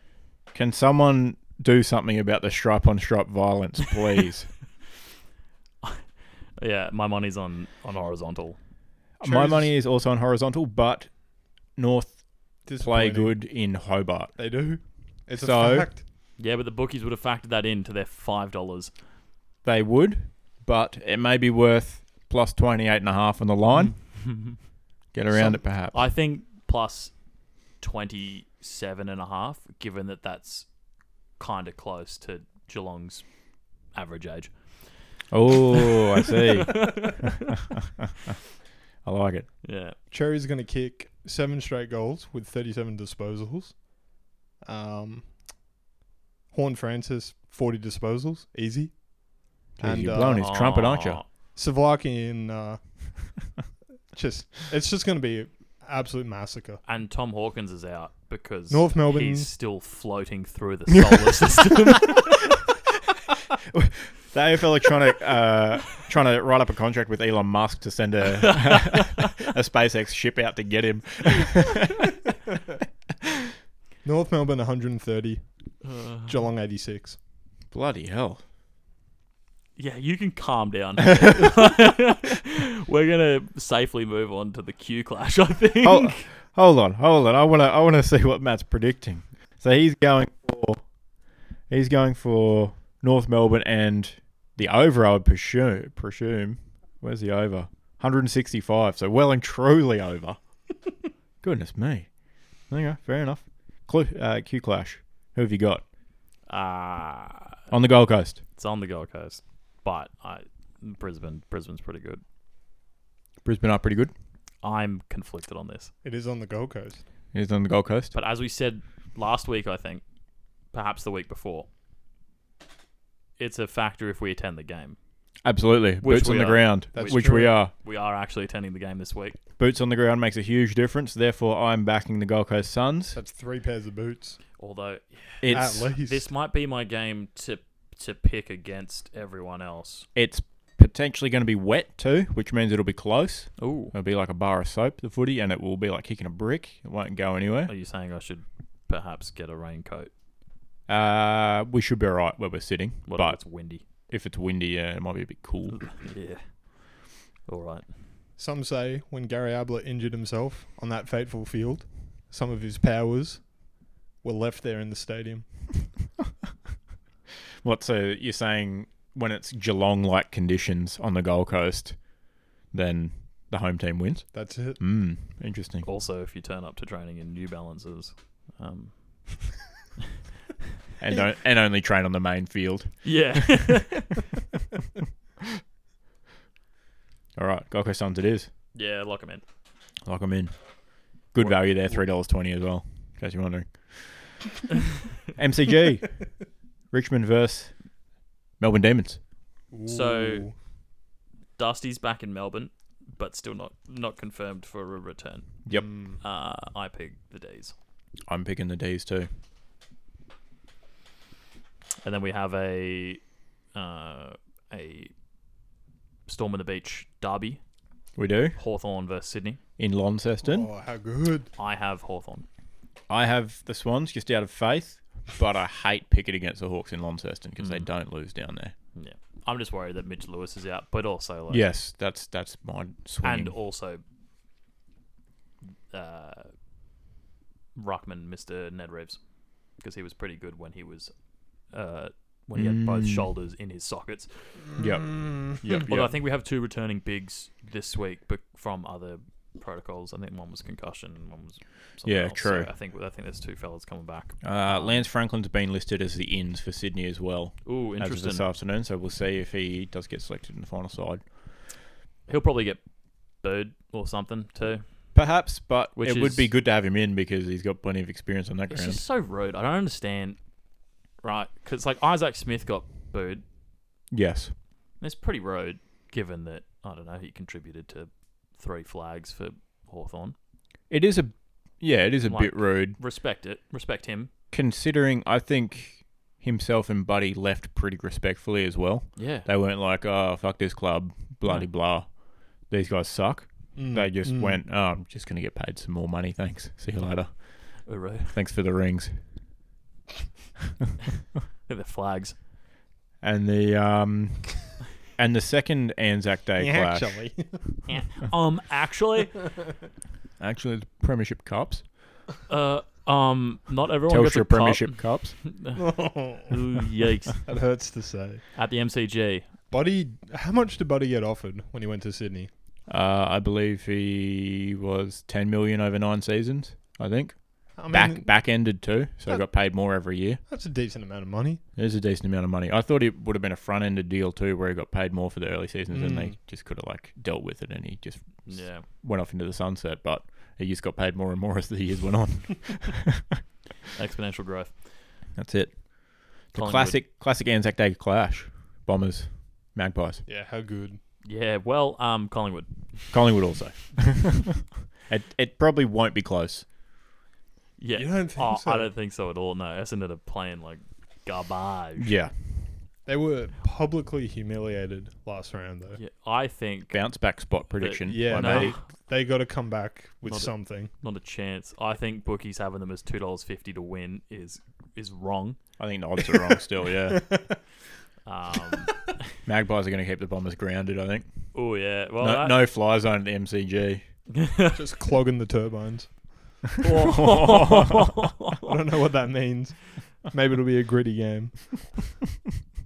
Speaker 4: Can someone do something about the stripe on stripe violence, please?
Speaker 1: Yeah, my money's on, on horizontal.
Speaker 4: My
Speaker 2: Choose-
Speaker 4: money is also on horizontal, but North play
Speaker 2: Disappointing.
Speaker 4: good in Hobart.
Speaker 2: They do. It's
Speaker 4: So-
Speaker 2: a fact.
Speaker 1: Yeah, but the bookies would have factored that in to their five dollars. [LAUGHS]
Speaker 4: They would, but it may be worth plus 28.5 on the line. Get around
Speaker 2: Mm. Some-
Speaker 4: it, perhaps.
Speaker 1: I think plus twenty seven and a half, given that that's kind of close to Geelong's average age.
Speaker 4: Oh,
Speaker 2: [LAUGHS]
Speaker 4: I see. I like it.
Speaker 1: Yeah,
Speaker 2: Cherry's going to kick seven straight goals with 37 disposals. Um, Horn Francis, 40 disposals. Easy.
Speaker 4: Jeez,
Speaker 2: And,
Speaker 4: you're
Speaker 2: uh,
Speaker 4: blowing his trumpet,
Speaker 2: [LAUGHS]
Speaker 4: aren't you?
Speaker 1: Aw.
Speaker 2: Savlaki in. Uh, [LAUGHS] just, it's just going to be absolute massacre.
Speaker 1: And Tom Hawkins is out because
Speaker 2: North Melbourne-
Speaker 1: he's still floating through the
Speaker 2: [LAUGHS]
Speaker 1: solar [LAUGHS] system.
Speaker 4: The AFL are trying to uh, trying to write up a contract with Elon Musk to send a [LAUGHS] a SpaceX ship out to get him.
Speaker 2: North Melbourne 130,
Speaker 1: Uh.
Speaker 2: Geelong 86.
Speaker 4: Bloody hell!
Speaker 1: yeah, you can calm
Speaker 2: [LAUGHS]
Speaker 1: down. [LAUGHS] We're gonna safely move on to the Q clash, I think.
Speaker 4: [LAUGHS] Hold, hold on, hold on. I wanna I wanna see what Matt's predicting. So he's going for he's going for North Melbourne and the over. I would presume. presume. Where's the over? 165. So well and truly [LAUGHS] over. Goodness me. Okay, fair enough. Clu uh, Q Clash. Who have you got
Speaker 1: Ah,
Speaker 4: on the Gold Coast?
Speaker 1: it's on the Gold Coast, but I Brisbane Brisbane's pretty good.
Speaker 4: Brisbane are pretty good.
Speaker 1: I'm conflicted on this.
Speaker 2: It is on the Gold Coast.
Speaker 4: He's on the Gold Coast.
Speaker 1: But as we said last week, I think, perhaps the week before, it's a factor if we attend the game.
Speaker 4: Absolutely.
Speaker 1: Which
Speaker 4: Boots on
Speaker 1: we
Speaker 4: the
Speaker 1: are.
Speaker 4: ground.
Speaker 2: That's
Speaker 4: which
Speaker 2: true.
Speaker 4: we are.
Speaker 1: We are actually attending the game this week.
Speaker 4: Boots on the ground makes a huge difference. Therefore, I'm backing the Gold Coast Suns.
Speaker 2: That's three pairs of boots.
Speaker 1: Although
Speaker 4: It's
Speaker 2: at least.
Speaker 1: this might be my game to to pick against everyone else.
Speaker 4: it's potentially going to be wet too, which means it'll be close.
Speaker 1: Ooh,
Speaker 4: It'll be like a bar of soap, the footy, and it will be like kicking a brick. It won't go anywhere.
Speaker 1: are you saying I should perhaps get a raincoat?
Speaker 4: Uh, we should be all right where we're sitting.
Speaker 1: What if
Speaker 4: but
Speaker 1: it's windy?
Speaker 4: if it's windy, uh, it might be a bit cool.
Speaker 1: [LAUGHS] Yeah. All right.
Speaker 2: Some say when Gary Ablett injured himself on that fateful field, some of his powers were left there in the stadium.
Speaker 4: What? So you're saying when it's Geelong-like conditions on the Gold Coast, then the home team wins?
Speaker 2: That's it.
Speaker 4: Mm, interesting.
Speaker 1: Also, if you turn up to training in New Balances, um,
Speaker 4: and don't, and only train on the main field.
Speaker 1: yeah,
Speaker 4: All right, Gold Coast Suns it is.
Speaker 1: [LAUGHS] yeah, lock 'em in.
Speaker 4: Lock them in. Good
Speaker 1: What-
Speaker 4: value there, three dollars twenty as well. In case you're wondering.
Speaker 1: [LAUGHS]
Speaker 4: MCG, [LAUGHS] Richmond versus Melbourne Demons.
Speaker 1: So-
Speaker 2: Ooh.
Speaker 1: Dusty's back in Melbourne, but still not not confirmed for a return.
Speaker 4: Yep.
Speaker 2: Mm.
Speaker 1: Uh, I pick the D's,
Speaker 4: I'm picking the D's too.
Speaker 1: and then we have a uh, a Storm in the Beach derby,
Speaker 4: We do
Speaker 1: Hawthorn versus Sydney.
Speaker 4: in Launceston.
Speaker 2: Oh, how good.
Speaker 1: I have Hawthorn.
Speaker 4: I have the Swans just out of faith, but I hate picking against the Hawks in Launceston because they don't lose down there.
Speaker 1: Yeah, I'm just worried that Mitch Lewis is out, but also like,
Speaker 4: Yes, that's that's my swing.
Speaker 1: and also uh, Ruckman, Mister Ned Reeves, because he was pretty good when he was uh, when he had both
Speaker 4: Mm.
Speaker 1: shoulders in his sockets.
Speaker 4: Yep.
Speaker 2: Mm.
Speaker 4: Yep.
Speaker 1: Although I
Speaker 4: yep.
Speaker 1: think we have two returning bigs this week, but from other protocols. I think one was concussion, and one was something
Speaker 4: Yeah,
Speaker 1: else.
Speaker 4: true.
Speaker 1: So I think I think there's two fellas coming back.
Speaker 4: Uh, Lance Franklin's been listed as the ins for Sydney as well
Speaker 1: Ooh,
Speaker 4: as of
Speaker 1: interesting.
Speaker 4: this afternoon, so we'll see if he does get selected in the final side.
Speaker 1: He'll probably get bird or something too.
Speaker 4: Perhaps, but
Speaker 1: Which
Speaker 4: it would be
Speaker 1: is-
Speaker 4: good to have him in because he's got plenty of experience on that
Speaker 1: It's
Speaker 4: ground.
Speaker 1: just so rude. I don't understand, right? Because like Isaac Smith got booed,
Speaker 4: Yes.
Speaker 1: And it's pretty road, given that, I don't know, he contributed to three flags for Hawthorn.
Speaker 4: It is a, yeah, it is a
Speaker 1: Like-
Speaker 4: bit rude
Speaker 1: Respect it. Respect him.
Speaker 4: considering. I think himself and Buddy left pretty respectfully as well.
Speaker 1: Yeah.
Speaker 4: They weren't like, oh fuck this club, bloody blah. These guys suck.
Speaker 2: Mm.
Speaker 4: They just went, oh, I'm just gonna get paid some more money. Thanks. See you later.
Speaker 1: Hooroo.
Speaker 4: Thanks for the rings.
Speaker 1: They're [LAUGHS] the flags.
Speaker 4: And the um, and the second Anzac Day clash.
Speaker 2: actually.
Speaker 1: Yeah. um, actually,
Speaker 4: Actually, the Premiership Cups.
Speaker 1: uh, um, not everyone gets a
Speaker 4: Telstra
Speaker 1: cup.
Speaker 4: Premiership Cups.
Speaker 1: [LAUGHS] Ooh, yikes.
Speaker 2: [LAUGHS] that hurts to say.
Speaker 1: At the MCG.
Speaker 2: Buddy, how much did Buddy get offered when he went to Sydney?
Speaker 4: Uh, I believe he was 10 million over nine seasons. I think
Speaker 2: I mean,
Speaker 4: back back ended too, so he got paid more every year.
Speaker 2: that's a decent amount of money.
Speaker 4: It is a decent amount of money. I thought it would have been a front ended deal too, where he got paid more for the early seasons, and
Speaker 2: Mm.
Speaker 4: they just could have like dealt with it, and he just
Speaker 1: Yeah.
Speaker 4: went off into the sunset. But he just got paid more and more [LAUGHS] as the years went on.
Speaker 1: Exponential growth.
Speaker 4: That's it. The
Speaker 1: Collingwood.
Speaker 4: classic classic Anzac Day clash, Bombers, Magpies,
Speaker 2: Yeah, how good.
Speaker 1: Yeah, well, um, Collingwood.
Speaker 4: Collingwood also. [LAUGHS] it it probably won't be close.
Speaker 1: Yeah.
Speaker 2: You don't think
Speaker 1: oh,
Speaker 2: so?
Speaker 1: I don't think so at all. No, Essendon are playing like garbage.
Speaker 4: Yeah,
Speaker 2: They were publicly humiliated last round, though.
Speaker 1: Yeah, I think
Speaker 4: bounce back spot prediction.
Speaker 2: Yeah,
Speaker 4: I
Speaker 1: no.
Speaker 2: they they got to come back with
Speaker 1: Not a-
Speaker 2: something.
Speaker 1: not a chance. I think bookies having them as two dollars fifty to win is is wrong.
Speaker 4: I think the odds are wrong
Speaker 2: [LAUGHS]
Speaker 4: still, yeah.
Speaker 1: Um,
Speaker 4: Magpies are going to keep the Bombers grounded, I think.
Speaker 1: oh yeah, well,
Speaker 4: no,
Speaker 1: that-
Speaker 4: no fly zone at the MCG.
Speaker 1: [LAUGHS]
Speaker 2: Just clogging the turbines. I don't know [LAUGHS] what
Speaker 1: [LAUGHS]
Speaker 2: that means. Maybe it'll be a gritty game.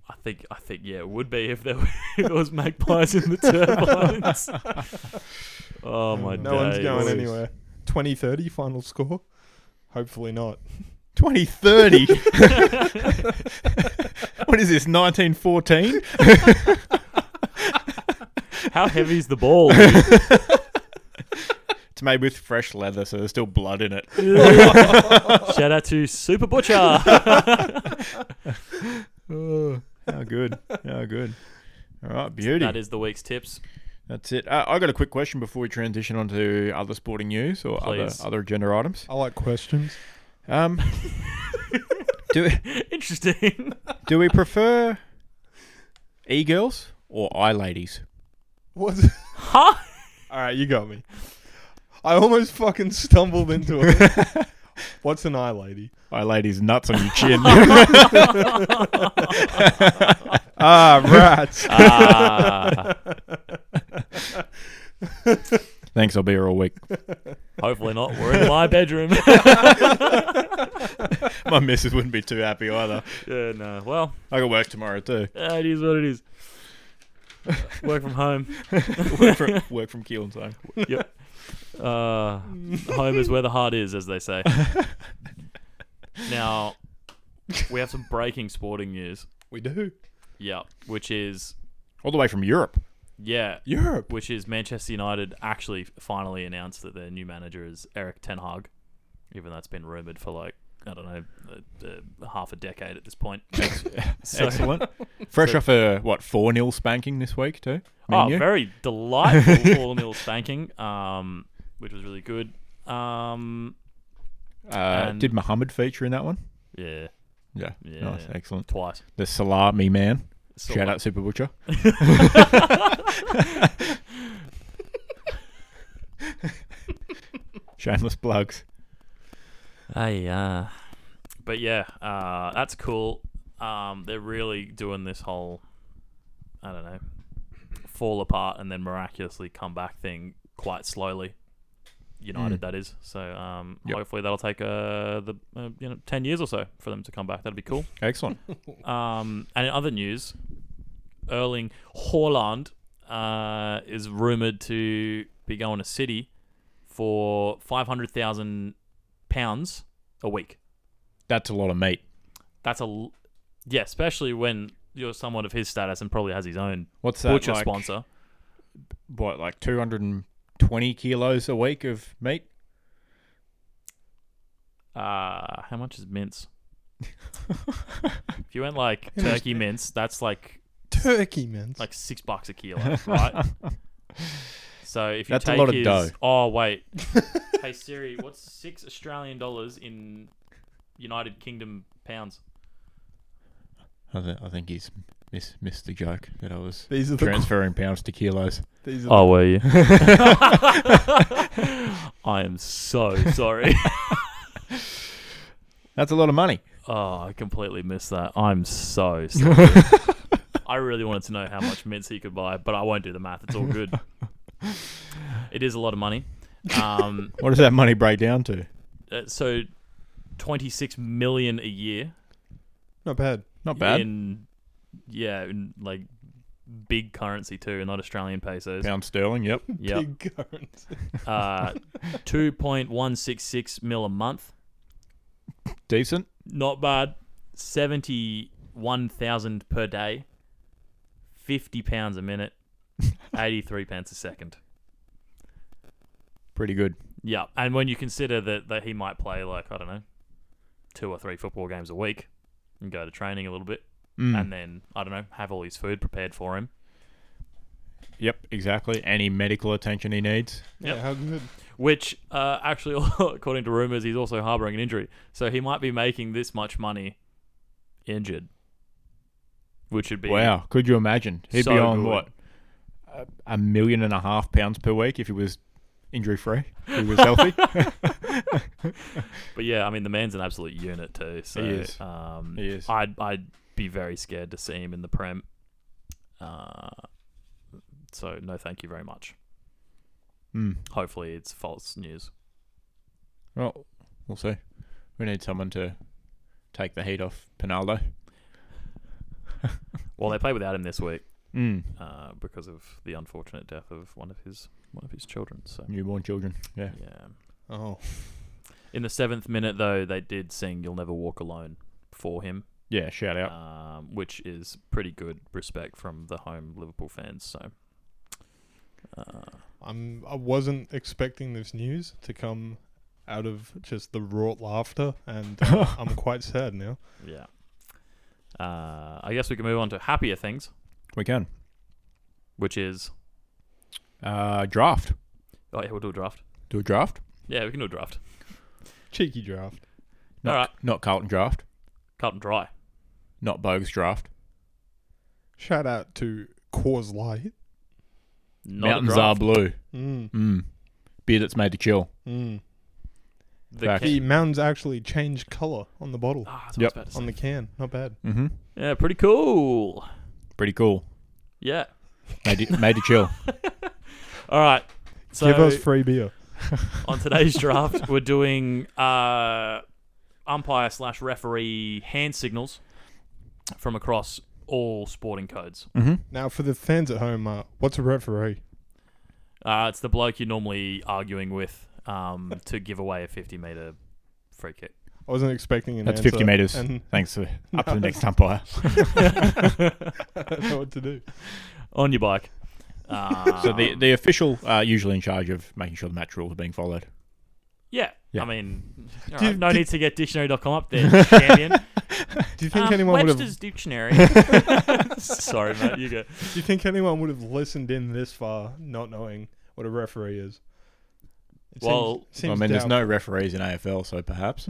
Speaker 1: I think I think yeah, it would be if there [LAUGHS] were, if there was magpies in the turbines. oh my
Speaker 2: no one's
Speaker 1: days.
Speaker 2: going anywhere. 2030 final score? Hopefully not.
Speaker 4: [LAUGHS] 2030? what is this, 1914?
Speaker 1: How heavy is the
Speaker 2: [LAUGHS]
Speaker 1: ball?
Speaker 4: It's made with fresh leather, so there's still blood in it.
Speaker 1: Shout out to Super Butcher.
Speaker 4: How good. How good. All right, beauty.
Speaker 1: that is the week's tips.
Speaker 4: That's it. Uh, I got a quick question before we transition on to other sporting news or other,
Speaker 1: Please.
Speaker 4: other agenda items.
Speaker 2: I like [LAUGHS] questions.
Speaker 4: [LAUGHS] Um, do,
Speaker 2: [LAUGHS]
Speaker 1: Interesting.
Speaker 4: do we prefer e-girls or eye-ladies?
Speaker 2: What?
Speaker 1: Huh?
Speaker 2: All right, you got me. I almost fucking stumbled into it.
Speaker 1: [LAUGHS]
Speaker 2: What's an eye lady? [LAUGHS]
Speaker 4: I laid his nuts on your chin. [LAUGHS] ah, rats.
Speaker 1: Ah.
Speaker 4: Thanks, I'll be here all week.
Speaker 1: Hopefully not. We're in my
Speaker 2: [LAUGHS]
Speaker 1: bedroom.
Speaker 4: [LAUGHS] My missus wouldn't be too happy either.
Speaker 1: yeah, no. Well,
Speaker 4: I got work tomorrow too.
Speaker 1: yeah, it is what it is. Work from home. [LAUGHS]
Speaker 4: Work from, work from Keelan's home.
Speaker 1: Yep. Uh, home is where the heart is, as they say. Now, we have some breaking sporting news.
Speaker 2: We do.
Speaker 1: Yeah, which is
Speaker 4: All the way from Europe.
Speaker 1: yeah,
Speaker 2: Europe.
Speaker 1: which is Manchester United actually finally announced that their new manager is Eric Ten Hag, even though it's been rumored for like I don't know uh, uh, half a decade at this point. [LAUGHS] So-
Speaker 4: Excellent. Fresh off a, what, 4 0 spanking this week too?
Speaker 1: Oh,
Speaker 4: Man U?
Speaker 1: very delightful 4 nil spanking, um, which was really good. Um,
Speaker 4: uh,
Speaker 1: and-
Speaker 4: did Muhammad feature in that one?
Speaker 1: yeah,
Speaker 4: Yeah.
Speaker 1: Yeah.
Speaker 4: Nice. Excellent.
Speaker 1: twice.
Speaker 4: The Salami Man.
Speaker 1: So
Speaker 4: Shout out Super
Speaker 1: [LAUGHS]
Speaker 4: Butcher. [LAUGHS] Shameless plugs.
Speaker 1: Hey, uh, but yeah, uh, that's cool. Um, they're really doing this whole, I don't know, fall apart and then miraculously come back thing quite slowly. United,
Speaker 4: Mm.
Speaker 1: that is. So um,
Speaker 4: Yep.
Speaker 1: hopefully that'll take uh, the uh, you know ten years or so for them to come back. That'd be cool.
Speaker 4: Excellent.
Speaker 1: Um, and in other news, Erling Haaland uh, is rumored to be going to City for five hundred thousand pounds a week.
Speaker 4: That's a lot of meat.
Speaker 1: That's a l- yeah, especially when you're someone of his status and probably has his own
Speaker 4: What's that?
Speaker 1: butcher
Speaker 4: like,
Speaker 1: sponsor.
Speaker 4: What, like 220 kilos a week of meat?
Speaker 1: Uh, how
Speaker 4: [LAUGHS]
Speaker 1: much is mince? if you went like turkey mince, that's like
Speaker 2: turkey, man.
Speaker 1: like six bucks a
Speaker 4: [LAUGHS]
Speaker 1: kilo, right? so if you
Speaker 4: That's a
Speaker 1: take
Speaker 4: lot of
Speaker 1: his,
Speaker 4: dough.
Speaker 1: oh
Speaker 4: [LAUGHS]
Speaker 1: wait, hey Siri, what's six Australian dollars in United Kingdom pounds?
Speaker 4: I, th- I think he's miss- missed the joke that I was
Speaker 3: These are the
Speaker 4: transferring pounds to kilos.
Speaker 3: these are
Speaker 1: Oh, were you? [LAUGHS] I am so
Speaker 4: [LAUGHS]
Speaker 1: sorry.
Speaker 4: That's a lot of money.
Speaker 1: Oh, I completely missed that. I'm so sorry.
Speaker 4: [LAUGHS]
Speaker 1: I really wanted to know how much mints he could buy, but I won't do the math. It's all good.
Speaker 4: [LAUGHS]
Speaker 1: It is a lot of money. Um,
Speaker 4: What does that money break down to?
Speaker 1: uh, so, 26 million a year.
Speaker 2: Not bad.
Speaker 4: Not bad.
Speaker 1: In yeah, in like big currency too, not Australian pesos.
Speaker 4: Pound sterling, yep.
Speaker 1: Yeah,
Speaker 2: Big [LAUGHS] current.
Speaker 1: uh, two point one six six mil a month.
Speaker 4: Decent.
Speaker 1: Not bad. Seventy one thousand per day. Fifty pounds a
Speaker 4: [LAUGHS]
Speaker 1: minute. Eighty three pence a second.
Speaker 4: Pretty good.
Speaker 1: Yeah, and when you consider that that he might play like I don't know, two or three football games a week, and go to training a little bit,
Speaker 4: Mm.
Speaker 1: and then I don't know, have all his food prepared for him.
Speaker 4: yep, exactly. Any medical attention he needs.
Speaker 1: Yep.
Speaker 2: Yeah, how good.
Speaker 1: which uh, actually, [LAUGHS] according to rumors, he's also harboring an injury. So he might be making this much money injured, which would be
Speaker 4: Wow, could you imagine? He'd
Speaker 1: So
Speaker 4: be on
Speaker 1: good.
Speaker 4: what? A, a million and a half pounds per week if he was injury free, if he
Speaker 1: [LAUGHS]
Speaker 4: was healthy.
Speaker 1: But yeah, I mean, the man's an absolute unit too. So
Speaker 4: He is.
Speaker 1: Um,
Speaker 4: He is.
Speaker 1: I'd I'd be very scared to see him in the prem. Uh, so no, thank you very much.
Speaker 4: mm.
Speaker 1: Hopefully, it's false news.
Speaker 4: Well, we'll see. We need someone to take the heat off Pinaldo.
Speaker 1: Well, they play without him this week
Speaker 4: Mm.
Speaker 1: uh, because of the unfortunate death of one of his one of his children. So
Speaker 4: Newborn children. Yeah.
Speaker 1: yeah.
Speaker 2: Oh,
Speaker 1: In the seventh minute, though, they did sing "You'll Never Walk Alone" for him,
Speaker 4: Yeah, shout out.
Speaker 1: um, which is pretty good respect from the home Liverpool fans. So, uh,
Speaker 2: I'm. I wasn't expecting this news to come out of just the wrought laughter, and
Speaker 1: [LAUGHS]
Speaker 2: uh, I'm quite sad now.
Speaker 1: yeah. Uh, I guess we can move on to happier things,
Speaker 4: We can.
Speaker 1: which is
Speaker 4: Uh, draft.
Speaker 1: oh yeah, we'll do a draft.
Speaker 4: Do a draft.
Speaker 1: Yeah, we can do a draft.
Speaker 2: Cheeky draft.
Speaker 4: No.
Speaker 1: All right,
Speaker 4: Not Carlton draft.
Speaker 1: cut and dry.
Speaker 4: Not Bogues draft.
Speaker 2: Shout out to Cause Light.
Speaker 1: Not a
Speaker 4: Mountains are
Speaker 1: draft.
Speaker 4: blue.
Speaker 2: Mm,
Speaker 4: Mm. Beer that's made to chill.
Speaker 2: mm.
Speaker 1: The
Speaker 4: Facts.
Speaker 1: ca-
Speaker 2: The mountains actually changed color on the bottle,
Speaker 1: Ah, that's what
Speaker 4: Yep.
Speaker 1: I was about to say.
Speaker 2: on the can. Not bad.
Speaker 4: Mm-hmm.
Speaker 1: yeah, pretty cool.
Speaker 4: Pretty cool.
Speaker 1: Yeah.
Speaker 4: Made to, made to chill.
Speaker 1: All right. So
Speaker 2: Give us free beer.
Speaker 1: on today's draft, [LAUGHS] we're doing uh, umpire slash referee hand signals from across all sporting codes.
Speaker 4: [LAUGHS] Mm-hmm.
Speaker 2: Now, for the fans at home, uh, what's a referee?
Speaker 1: Uh, it's the bloke you're normally arguing with um, to give away a 50 meter free kick.
Speaker 2: I wasn't expecting an
Speaker 4: That's
Speaker 2: answer,
Speaker 4: 50 metres.
Speaker 2: And [LAUGHS]
Speaker 4: Thanks. For, up to the next umpire.
Speaker 2: I don't know what to do.
Speaker 1: On your bike. Uh,
Speaker 4: So the, the official uh, usually in charge of making sure the match rules are being followed.
Speaker 1: yeah,
Speaker 4: Yeah.
Speaker 1: I mean, all
Speaker 2: Do-
Speaker 1: right, no
Speaker 2: do-
Speaker 1: need to get dictionary.com up there, champion.
Speaker 2: Do you think
Speaker 1: Um,
Speaker 2: anyone would have?
Speaker 1: Webster's dictionary. Sorry, mate. You go.
Speaker 2: Do you think anyone would have listened in this far not knowing what a referee is? It
Speaker 1: Well,
Speaker 2: seems, seems
Speaker 4: I mean, there's
Speaker 2: doubt-
Speaker 4: no referees in AFL, so [LAUGHS] perhaps.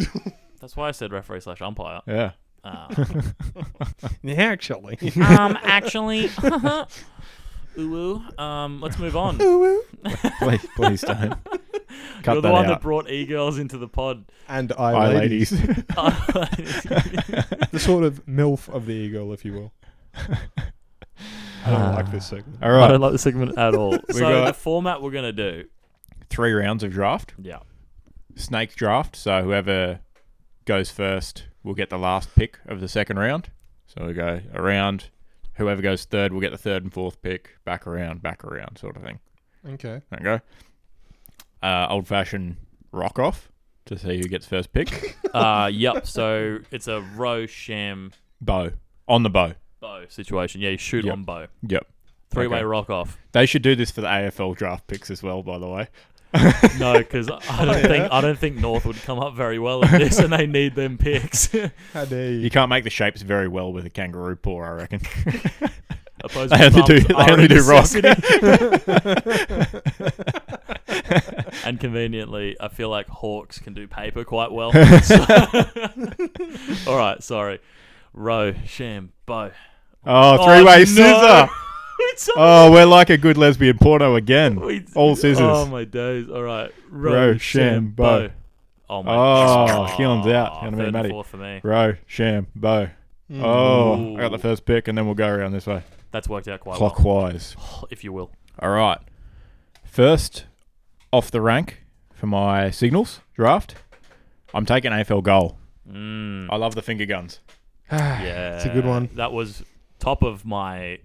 Speaker 1: That's why I said referee slash umpire.
Speaker 4: yeah.
Speaker 1: Um,
Speaker 2: Yeah, actually.
Speaker 1: [LAUGHS] Um, actually, ooh, ooh. Um, let's move on.
Speaker 4: Please, please
Speaker 1: [LAUGHS]
Speaker 4: don't. Cut
Speaker 1: You're
Speaker 4: that
Speaker 1: the one that
Speaker 4: out.
Speaker 1: brought e girls into the pod. [LAUGHS]
Speaker 2: and I,
Speaker 4: Hi,
Speaker 2: ladies. [LAUGHS]
Speaker 4: ladies.
Speaker 2: the sort of milf of the eagle, if you will. I
Speaker 1: Ah.
Speaker 2: don't like this segment.
Speaker 4: Uh, All
Speaker 1: I
Speaker 4: right.
Speaker 1: don't like the segment at all. [LAUGHS]
Speaker 4: We
Speaker 1: so
Speaker 4: got-
Speaker 1: the format we're gonna do.
Speaker 4: Three rounds of draft.
Speaker 1: Yeah.
Speaker 4: snake draft. So whoever goes first will get the last pick of the second round. So we go around. Whoever goes third will get the third and fourth pick. Back around, back around, sort of thing.
Speaker 2: Okay.
Speaker 4: There we go. Uh, old fashioned rock off to see who gets first
Speaker 1: [LAUGHS]
Speaker 4: pick.
Speaker 1: Uh, yep. So it's a row sham
Speaker 4: bow on the bow.
Speaker 1: bow situation. Yeah, you shoot
Speaker 4: Yep.
Speaker 1: on bow.
Speaker 4: Yep.
Speaker 1: Three way
Speaker 4: Okay.
Speaker 1: rock
Speaker 4: [LAUGHS]
Speaker 1: off.
Speaker 4: They should do this for the AFL draft picks as well. By the way,
Speaker 1: No, because I don't think I don't think North would come up very well at this, and they need them picks.
Speaker 4: [LAUGHS]
Speaker 2: How dare
Speaker 4: you
Speaker 2: you?
Speaker 4: can't make the shapes very well with a kangaroo paw. I reckon.
Speaker 1: Opposed
Speaker 4: They only
Speaker 1: bums
Speaker 4: do- they
Speaker 1: are a
Speaker 4: only do rock. Oh,
Speaker 1: necessity. and conveniently, I feel like hawks can do paper quite well. [LAUGHS] So- All right, sorry. Row, sham, bow.
Speaker 4: Oh,
Speaker 1: Oh,
Speaker 4: three way
Speaker 1: no.
Speaker 4: [LAUGHS] scissor.
Speaker 1: It's a-
Speaker 4: Oh, we're like a good lesbian porno again.
Speaker 1: we-
Speaker 4: all scissors.
Speaker 1: Oh my days. All right. Row,
Speaker 4: Row,
Speaker 1: sham,
Speaker 4: sham, bow.
Speaker 1: bow. Oh my
Speaker 4: Oh, Keelan's out. Gonna be
Speaker 1: Third and
Speaker 4: Matty.
Speaker 1: fourth for me.
Speaker 4: Row, sham, bow.
Speaker 2: Mm.
Speaker 4: Oh, I got
Speaker 1: Ooh.
Speaker 4: the first pick, and then we'll go around this way.
Speaker 1: That's worked out quite well,
Speaker 4: Clockwise.
Speaker 1: if you will.
Speaker 4: All right. First, off the rank for my signals draft, I'm taking AFL goal.
Speaker 1: Mm.
Speaker 4: I love the finger guns.
Speaker 1: Yeah,
Speaker 2: It's a good one.
Speaker 1: That was top of my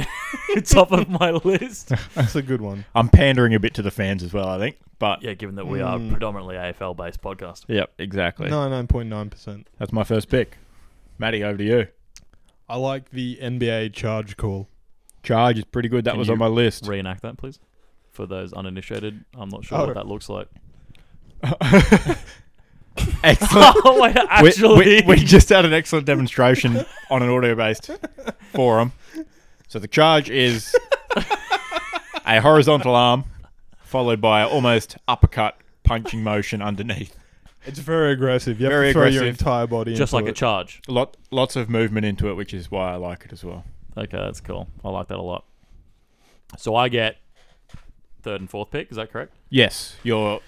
Speaker 1: [LAUGHS] top of my list.
Speaker 2: That's Ah, a good one.
Speaker 4: I'm pandering a bit to the fans as well, I think. But
Speaker 1: Yeah, given that we are
Speaker 2: Mm.
Speaker 1: predominantly AFL based podcast.
Speaker 4: yep, exactly.
Speaker 2: 99.9%.
Speaker 4: That's my first pick. Matty, over to you.
Speaker 2: I like the NBA charge call.
Speaker 4: Charge is pretty good. That
Speaker 1: Can
Speaker 4: was
Speaker 1: you
Speaker 4: on my list.
Speaker 1: Reenact that, please. For those uninitiated, I'm not sure
Speaker 2: Oh.
Speaker 1: what that looks like.
Speaker 4: [LAUGHS] excellent.
Speaker 1: oh, [LAUGHS] wait,
Speaker 4: We-
Speaker 1: actually,
Speaker 4: we, we just had an excellent demonstration on an audio-based forum. So the charge is a horizontal arm followed by an almost uppercut punching motion underneath.
Speaker 2: It's very aggressive. You have
Speaker 4: Very
Speaker 2: to throw your
Speaker 4: aggressive.
Speaker 2: entire body
Speaker 1: just
Speaker 2: into
Speaker 1: like a
Speaker 2: it.
Speaker 1: charge.
Speaker 4: Lot, lots of movement into it, which is why I like it as well.
Speaker 1: Okay, that's cool. I like that a lot. So I get third and fourth pick. Is that correct?
Speaker 4: Yes, your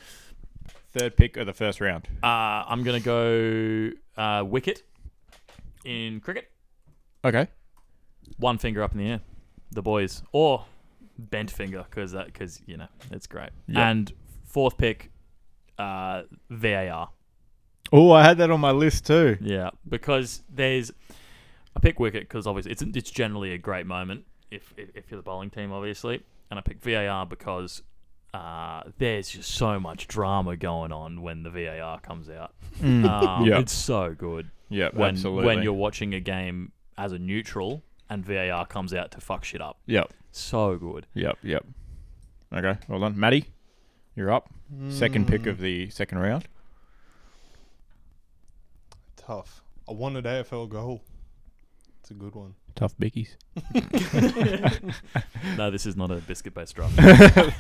Speaker 4: third pick of the first round.
Speaker 1: Uh, I'm gonna go uh, wicket in cricket.
Speaker 4: Okay.
Speaker 1: one finger up in the air, the boys, or bent finger because that because you know it's great.
Speaker 4: Yeah.
Speaker 1: And fourth pick, uh, VAR.
Speaker 4: Oh, I had that on my list too.
Speaker 1: Yeah, because there's I pick wicket because obviously it's it's generally a great moment if, if if you're the bowling team obviously, and I pick VAR because. Uh, there's just so much drama going on when the VAR comes out. Um,
Speaker 4: [LAUGHS] Yeah.
Speaker 1: It's so good
Speaker 4: Yeah,
Speaker 1: when
Speaker 4: Mm. absolutely.
Speaker 1: when you're watching a game as a neutral and VAR comes out to fuck shit up.
Speaker 4: Yep,
Speaker 1: So
Speaker 4: [LAUGHS]
Speaker 1: good.
Speaker 4: yep, yep. Okay, well done. Matty, you're up. Second pick
Speaker 1: Mm.
Speaker 2: Mm,
Speaker 4: of the second round.
Speaker 2: Tough. I wanted AFL goal. It's a
Speaker 1: [LAUGHS]
Speaker 2: good one.
Speaker 4: Tough bickies.
Speaker 1: No, this is not a biscuit based draft.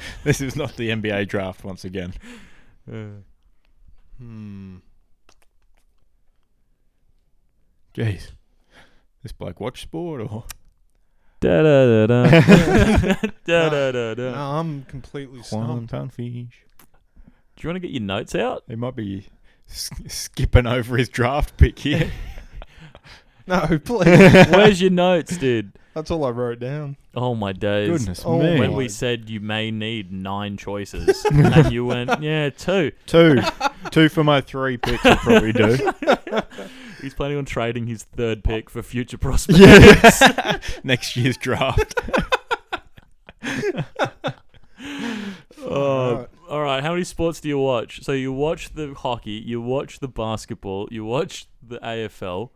Speaker 4: [LAUGHS] this is not the NBA draft once again.
Speaker 2: Hmm.
Speaker 4: Jeez. This bloke watch sport or
Speaker 1: da da da
Speaker 4: [LAUGHS]
Speaker 1: da. da da da
Speaker 2: No,
Speaker 1: da.
Speaker 2: I'm completely
Speaker 4: One
Speaker 2: stumped.
Speaker 4: ton fish.
Speaker 1: Do you want to get your notes
Speaker 4: [LAUGHS]
Speaker 1: out?
Speaker 4: He might be s- skipping over his draft pick here.
Speaker 2: No, [LAUGHS] please.
Speaker 1: Where's your notes, dude?
Speaker 2: That's all I wrote down.
Speaker 1: Oh my days.
Speaker 4: Goodness
Speaker 2: Oh
Speaker 4: me.
Speaker 1: When
Speaker 2: my.
Speaker 1: we said you may need nine choices, and you went, [LAUGHS] yeah, two.
Speaker 4: [LAUGHS] Two. Two for my three picks will
Speaker 1: [LAUGHS]
Speaker 4: probably do.
Speaker 1: He's planning on trading his third pick for future
Speaker 4: [LAUGHS]
Speaker 1: prospects.
Speaker 4: yeah. Next year's draft.
Speaker 1: [LAUGHS] Oh, all right. How many sports do you watch? So you watch the hockey, you watch the basketball, you watch the AFL.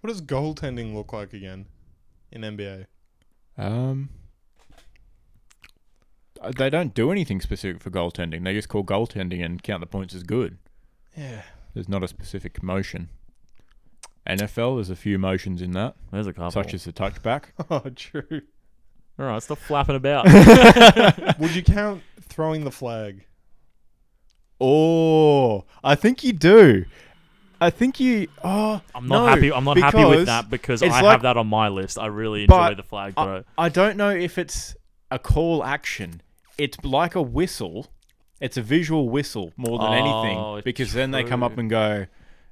Speaker 2: What does goaltending look like again in NBA?
Speaker 4: Um uh, they don't do anything specific for goaltending. They just call goaltending and count the points as good.
Speaker 2: Yeah.
Speaker 4: There's not a specific motion. NFL, there's a few motions in that,
Speaker 1: There's a couple.
Speaker 4: such as the touchback.
Speaker 2: [LAUGHS] Oh, true.
Speaker 1: all right, stop flapping
Speaker 4: [LAUGHS]
Speaker 1: about.
Speaker 2: [LAUGHS] Would you count throwing the flag?
Speaker 4: Oh, I think you do. I think you. Oh,
Speaker 1: I'm not
Speaker 4: No,
Speaker 1: happy. I'm not happy with
Speaker 4: because
Speaker 1: that because I
Speaker 4: it's
Speaker 1: have
Speaker 4: like-
Speaker 1: that on my list. I really enjoy
Speaker 4: But
Speaker 1: the flag
Speaker 4: I,
Speaker 1: throw.
Speaker 4: I don't know if it's a call action. It's like a whistle. It's a visual whistle more than
Speaker 1: Oh,
Speaker 4: anything because then they come up
Speaker 1: true.
Speaker 4: and go,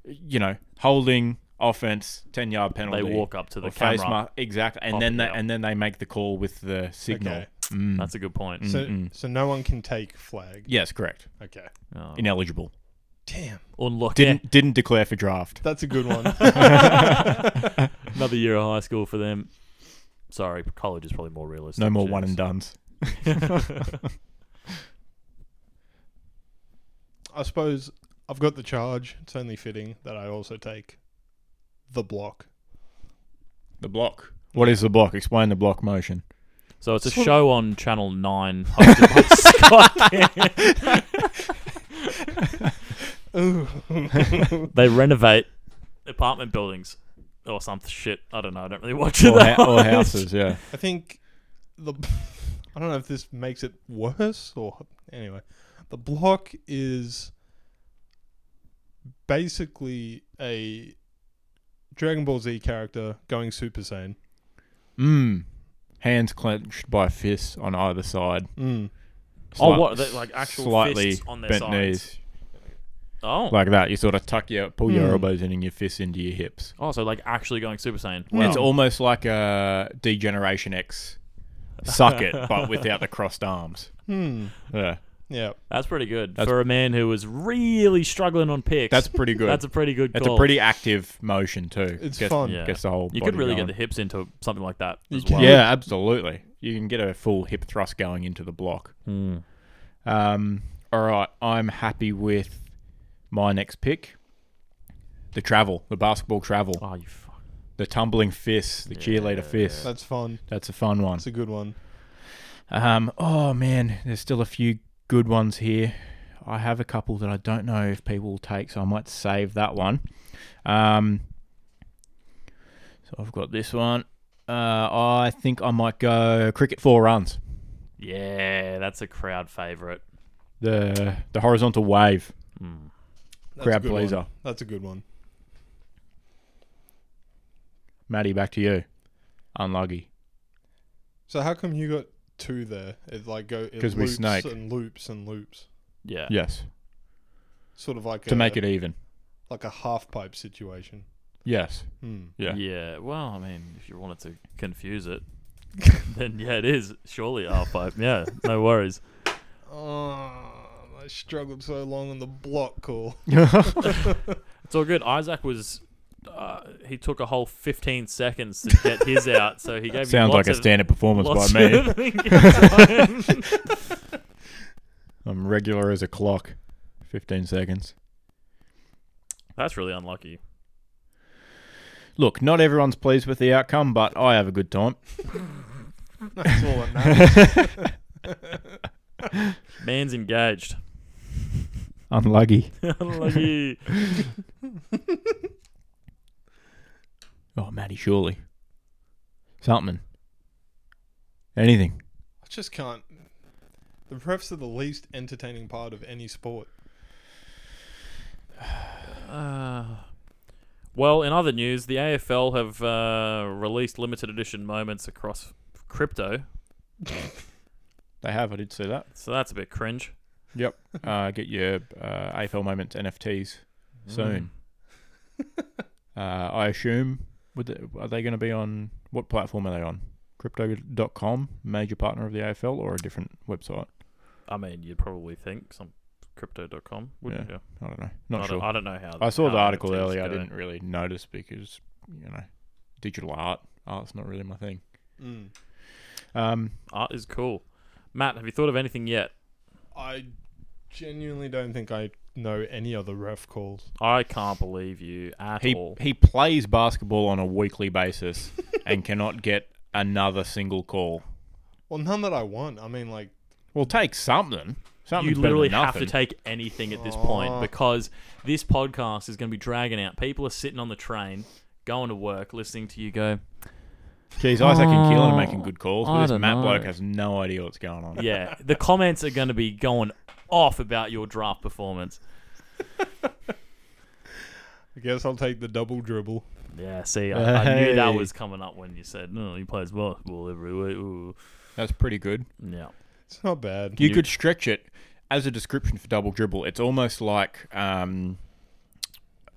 Speaker 4: you know, holding offense, ten yard penalty.
Speaker 1: they walk up to the
Speaker 4: or face
Speaker 1: camera.
Speaker 4: mark- exactly, and
Speaker 1: Pop
Speaker 4: then
Speaker 1: it
Speaker 4: they,
Speaker 1: out.
Speaker 4: and then they make the call with the signal.
Speaker 2: Okay.
Speaker 4: Mm.
Speaker 1: That's a good point.
Speaker 4: Mm.
Speaker 2: So,
Speaker 4: Mm-mm.
Speaker 2: so no one can take flag.
Speaker 4: yes, correct.
Speaker 2: Okay.
Speaker 1: Oh.
Speaker 4: Ineligible.
Speaker 2: Damn.
Speaker 1: Unlocked.
Speaker 4: Didn't didn't declare for draft.
Speaker 2: That's a good one. [LAUGHS]
Speaker 1: Another year of high school for them. Sorry, college is probably more realistic.
Speaker 4: No more
Speaker 1: Jeez.
Speaker 4: one and duns.
Speaker 2: I suppose I've got the charge. It's only fitting that I also take the block.
Speaker 4: The block. What is the block? Explain the block motion.
Speaker 1: [LAUGHS] So it's a
Speaker 2: Sort of-
Speaker 1: show on Channel Nine. Oh, hosted by Scott Cam.
Speaker 2: Ooh.
Speaker 1: they renovate apartment buildings or some shit. I don't know. I don't really watch it.
Speaker 4: or,
Speaker 1: That
Speaker 4: ha- or
Speaker 1: much.
Speaker 4: houses, yeah.
Speaker 2: I think the [LAUGHS] I don't know if this makes it worse or anyway, the block is basically a Dragon Ball Z character going Super Saiyan.
Speaker 4: Mm. Hands clenched by fists on either side.
Speaker 2: Mm.
Speaker 1: [LAUGHS] Oh,
Speaker 4: Slight-
Speaker 1: what? They, like actual
Speaker 4: slightly
Speaker 1: fists on their
Speaker 4: bent
Speaker 1: sides.
Speaker 4: knees,
Speaker 1: Oh,
Speaker 4: like that. You sort of tuck your pull your
Speaker 2: Hmm.
Speaker 4: elbows in and your fists into your hips.
Speaker 1: oh, so like actually going Super Saiyan.
Speaker 2: Wow.
Speaker 4: It's almost like a Degeneration X, suck it,
Speaker 1: [LAUGHS]
Speaker 4: but without the crossed arms.
Speaker 2: Hmm.
Speaker 4: Yeah,
Speaker 2: Yeah.
Speaker 1: That's pretty good
Speaker 4: That's-
Speaker 1: for a man who was really struggling on picks.
Speaker 4: that's pretty good.
Speaker 1: that's a pretty good
Speaker 4: That's
Speaker 1: call.
Speaker 4: a pretty active motion too.
Speaker 2: It's
Speaker 4: gets,
Speaker 2: fun.
Speaker 1: Yeah.
Speaker 4: Gets the whole.
Speaker 1: You
Speaker 4: body
Speaker 1: could really
Speaker 4: going.
Speaker 1: get the hips into something like that
Speaker 2: You
Speaker 1: as
Speaker 2: can.
Speaker 1: well.
Speaker 4: Yeah, absolutely. You can get a full hip thrust going into the block.
Speaker 1: Hmm.
Speaker 4: Um, all right, I'm happy with my next pick. The travel, the basketball travel,
Speaker 1: Oh, you fuck.
Speaker 4: the tumbling fists, the
Speaker 1: Yeah.
Speaker 4: cheerleader fists.
Speaker 2: That's fun.
Speaker 4: That's a fun one.
Speaker 2: That's a good one.
Speaker 4: Um, oh man, there's still a few good ones here. I have a couple that I don't know if people will take, so I might save that one. Um, so I've got this one. Uh, I think I might go cricket four runs.
Speaker 1: Yeah, that's a crowd favorite.
Speaker 4: The the horizontal wave
Speaker 1: Hmm.
Speaker 2: That's
Speaker 4: crowd
Speaker 2: a good one.
Speaker 4: pleaser.
Speaker 2: That's a good one.
Speaker 4: Maddie, back to you. Unlucky.
Speaker 2: So how come you got two there? It like go it
Speaker 4: 'Cause we
Speaker 2: loops
Speaker 4: snake.
Speaker 2: and loops and loops.
Speaker 1: Yeah.
Speaker 4: Yes.
Speaker 2: Sort of like
Speaker 4: To
Speaker 2: a,
Speaker 4: make it e- even.
Speaker 2: like a half pipe situation.
Speaker 4: Yes. [LAUGHS]
Speaker 2: Hmm.
Speaker 4: Yeah.
Speaker 1: Well, I mean, if you wanted to confuse it, [LAUGHS] then yeah, it is surely half pipe. Yeah, no [LAUGHS] worries.
Speaker 2: Oh, I struggled so long on the block call.
Speaker 1: It's all good. Isaac was. Uh, he took a whole 15 seconds to get [LAUGHS] his out, so he gave
Speaker 4: Sounds
Speaker 1: you
Speaker 4: like
Speaker 1: lots
Speaker 4: a
Speaker 1: of,
Speaker 4: standard performance
Speaker 1: lots
Speaker 4: by me.
Speaker 1: of [LAUGHS] thinking time.
Speaker 4: [LAUGHS] I'm regular as a clock. 15 seconds.
Speaker 1: [LAUGHS] That's really unlucky.
Speaker 4: Look, not everyone's pleased with the outcome, but I have a good time.
Speaker 2: That's all that matters.
Speaker 1: Man's engaged. [LAUGHS]
Speaker 4: Unlucky.
Speaker 1: unlucky.
Speaker 4: Oh, Maddie, surely. Something. Anything. [SIGHS]
Speaker 2: I just can't. The refs are the least entertaining part of any sport.
Speaker 1: Uh, well, in other news, the AFL have uh, released limited edition moments across crypto,
Speaker 4: They have, I did see that.
Speaker 1: so that's a bit cringe.
Speaker 4: Uh, get your uh, AFL Moments NFTs soon.
Speaker 1: Mm.
Speaker 4: [LAUGHS] Uh, I assume, would they, are they going to be on, what platform are they on? Crypto.com, major partner of the AFL, or a different website?
Speaker 1: I mean, you'd probably think some crypto.com, wouldn't you?
Speaker 4: I don't know.
Speaker 1: I
Speaker 4: Not
Speaker 1: don't,
Speaker 4: sure.
Speaker 1: I don't know how.
Speaker 4: I saw
Speaker 1: how
Speaker 4: the article
Speaker 1: NFTs
Speaker 4: earlier. I
Speaker 1: go.
Speaker 4: didn't really notice because you know, digital art. Art's not really my thing.
Speaker 2: Mm.
Speaker 4: Um,
Speaker 1: Art is cool. Matt, have you thought of anything yet?
Speaker 2: I genuinely don't think I know any other ref calls.
Speaker 1: I can't believe you at
Speaker 4: he
Speaker 1: all.
Speaker 4: he plays basketball on a weekly basis and cannot get another single call.
Speaker 2: Well, none that I want. I mean, like,
Speaker 4: Well, take something. Something.
Speaker 1: you literally have to take anything at this point
Speaker 2: Aw.
Speaker 1: because this podcast is going to be dragging out. People are sitting on the train, going to work, listening to you go.
Speaker 4: Jeez, Isaac and Keelan
Speaker 1: Oh,
Speaker 4: are making good calls,
Speaker 1: I
Speaker 4: but this
Speaker 1: don't
Speaker 4: Matt
Speaker 1: know.
Speaker 4: bloke has no idea what's going on.
Speaker 1: Yeah, the comments are going to be going off about your draft performance.
Speaker 2: I guess I'll take the double dribble.
Speaker 1: Yeah, see, I, I knew that
Speaker 4: Hey.
Speaker 1: was coming up when you said, no, he plays basketball every week. Ooh.
Speaker 4: That's pretty good.
Speaker 1: Yeah.
Speaker 2: It's not bad.
Speaker 4: You,
Speaker 1: You-
Speaker 4: could stretch it as a description for double dribble. It's almost like um,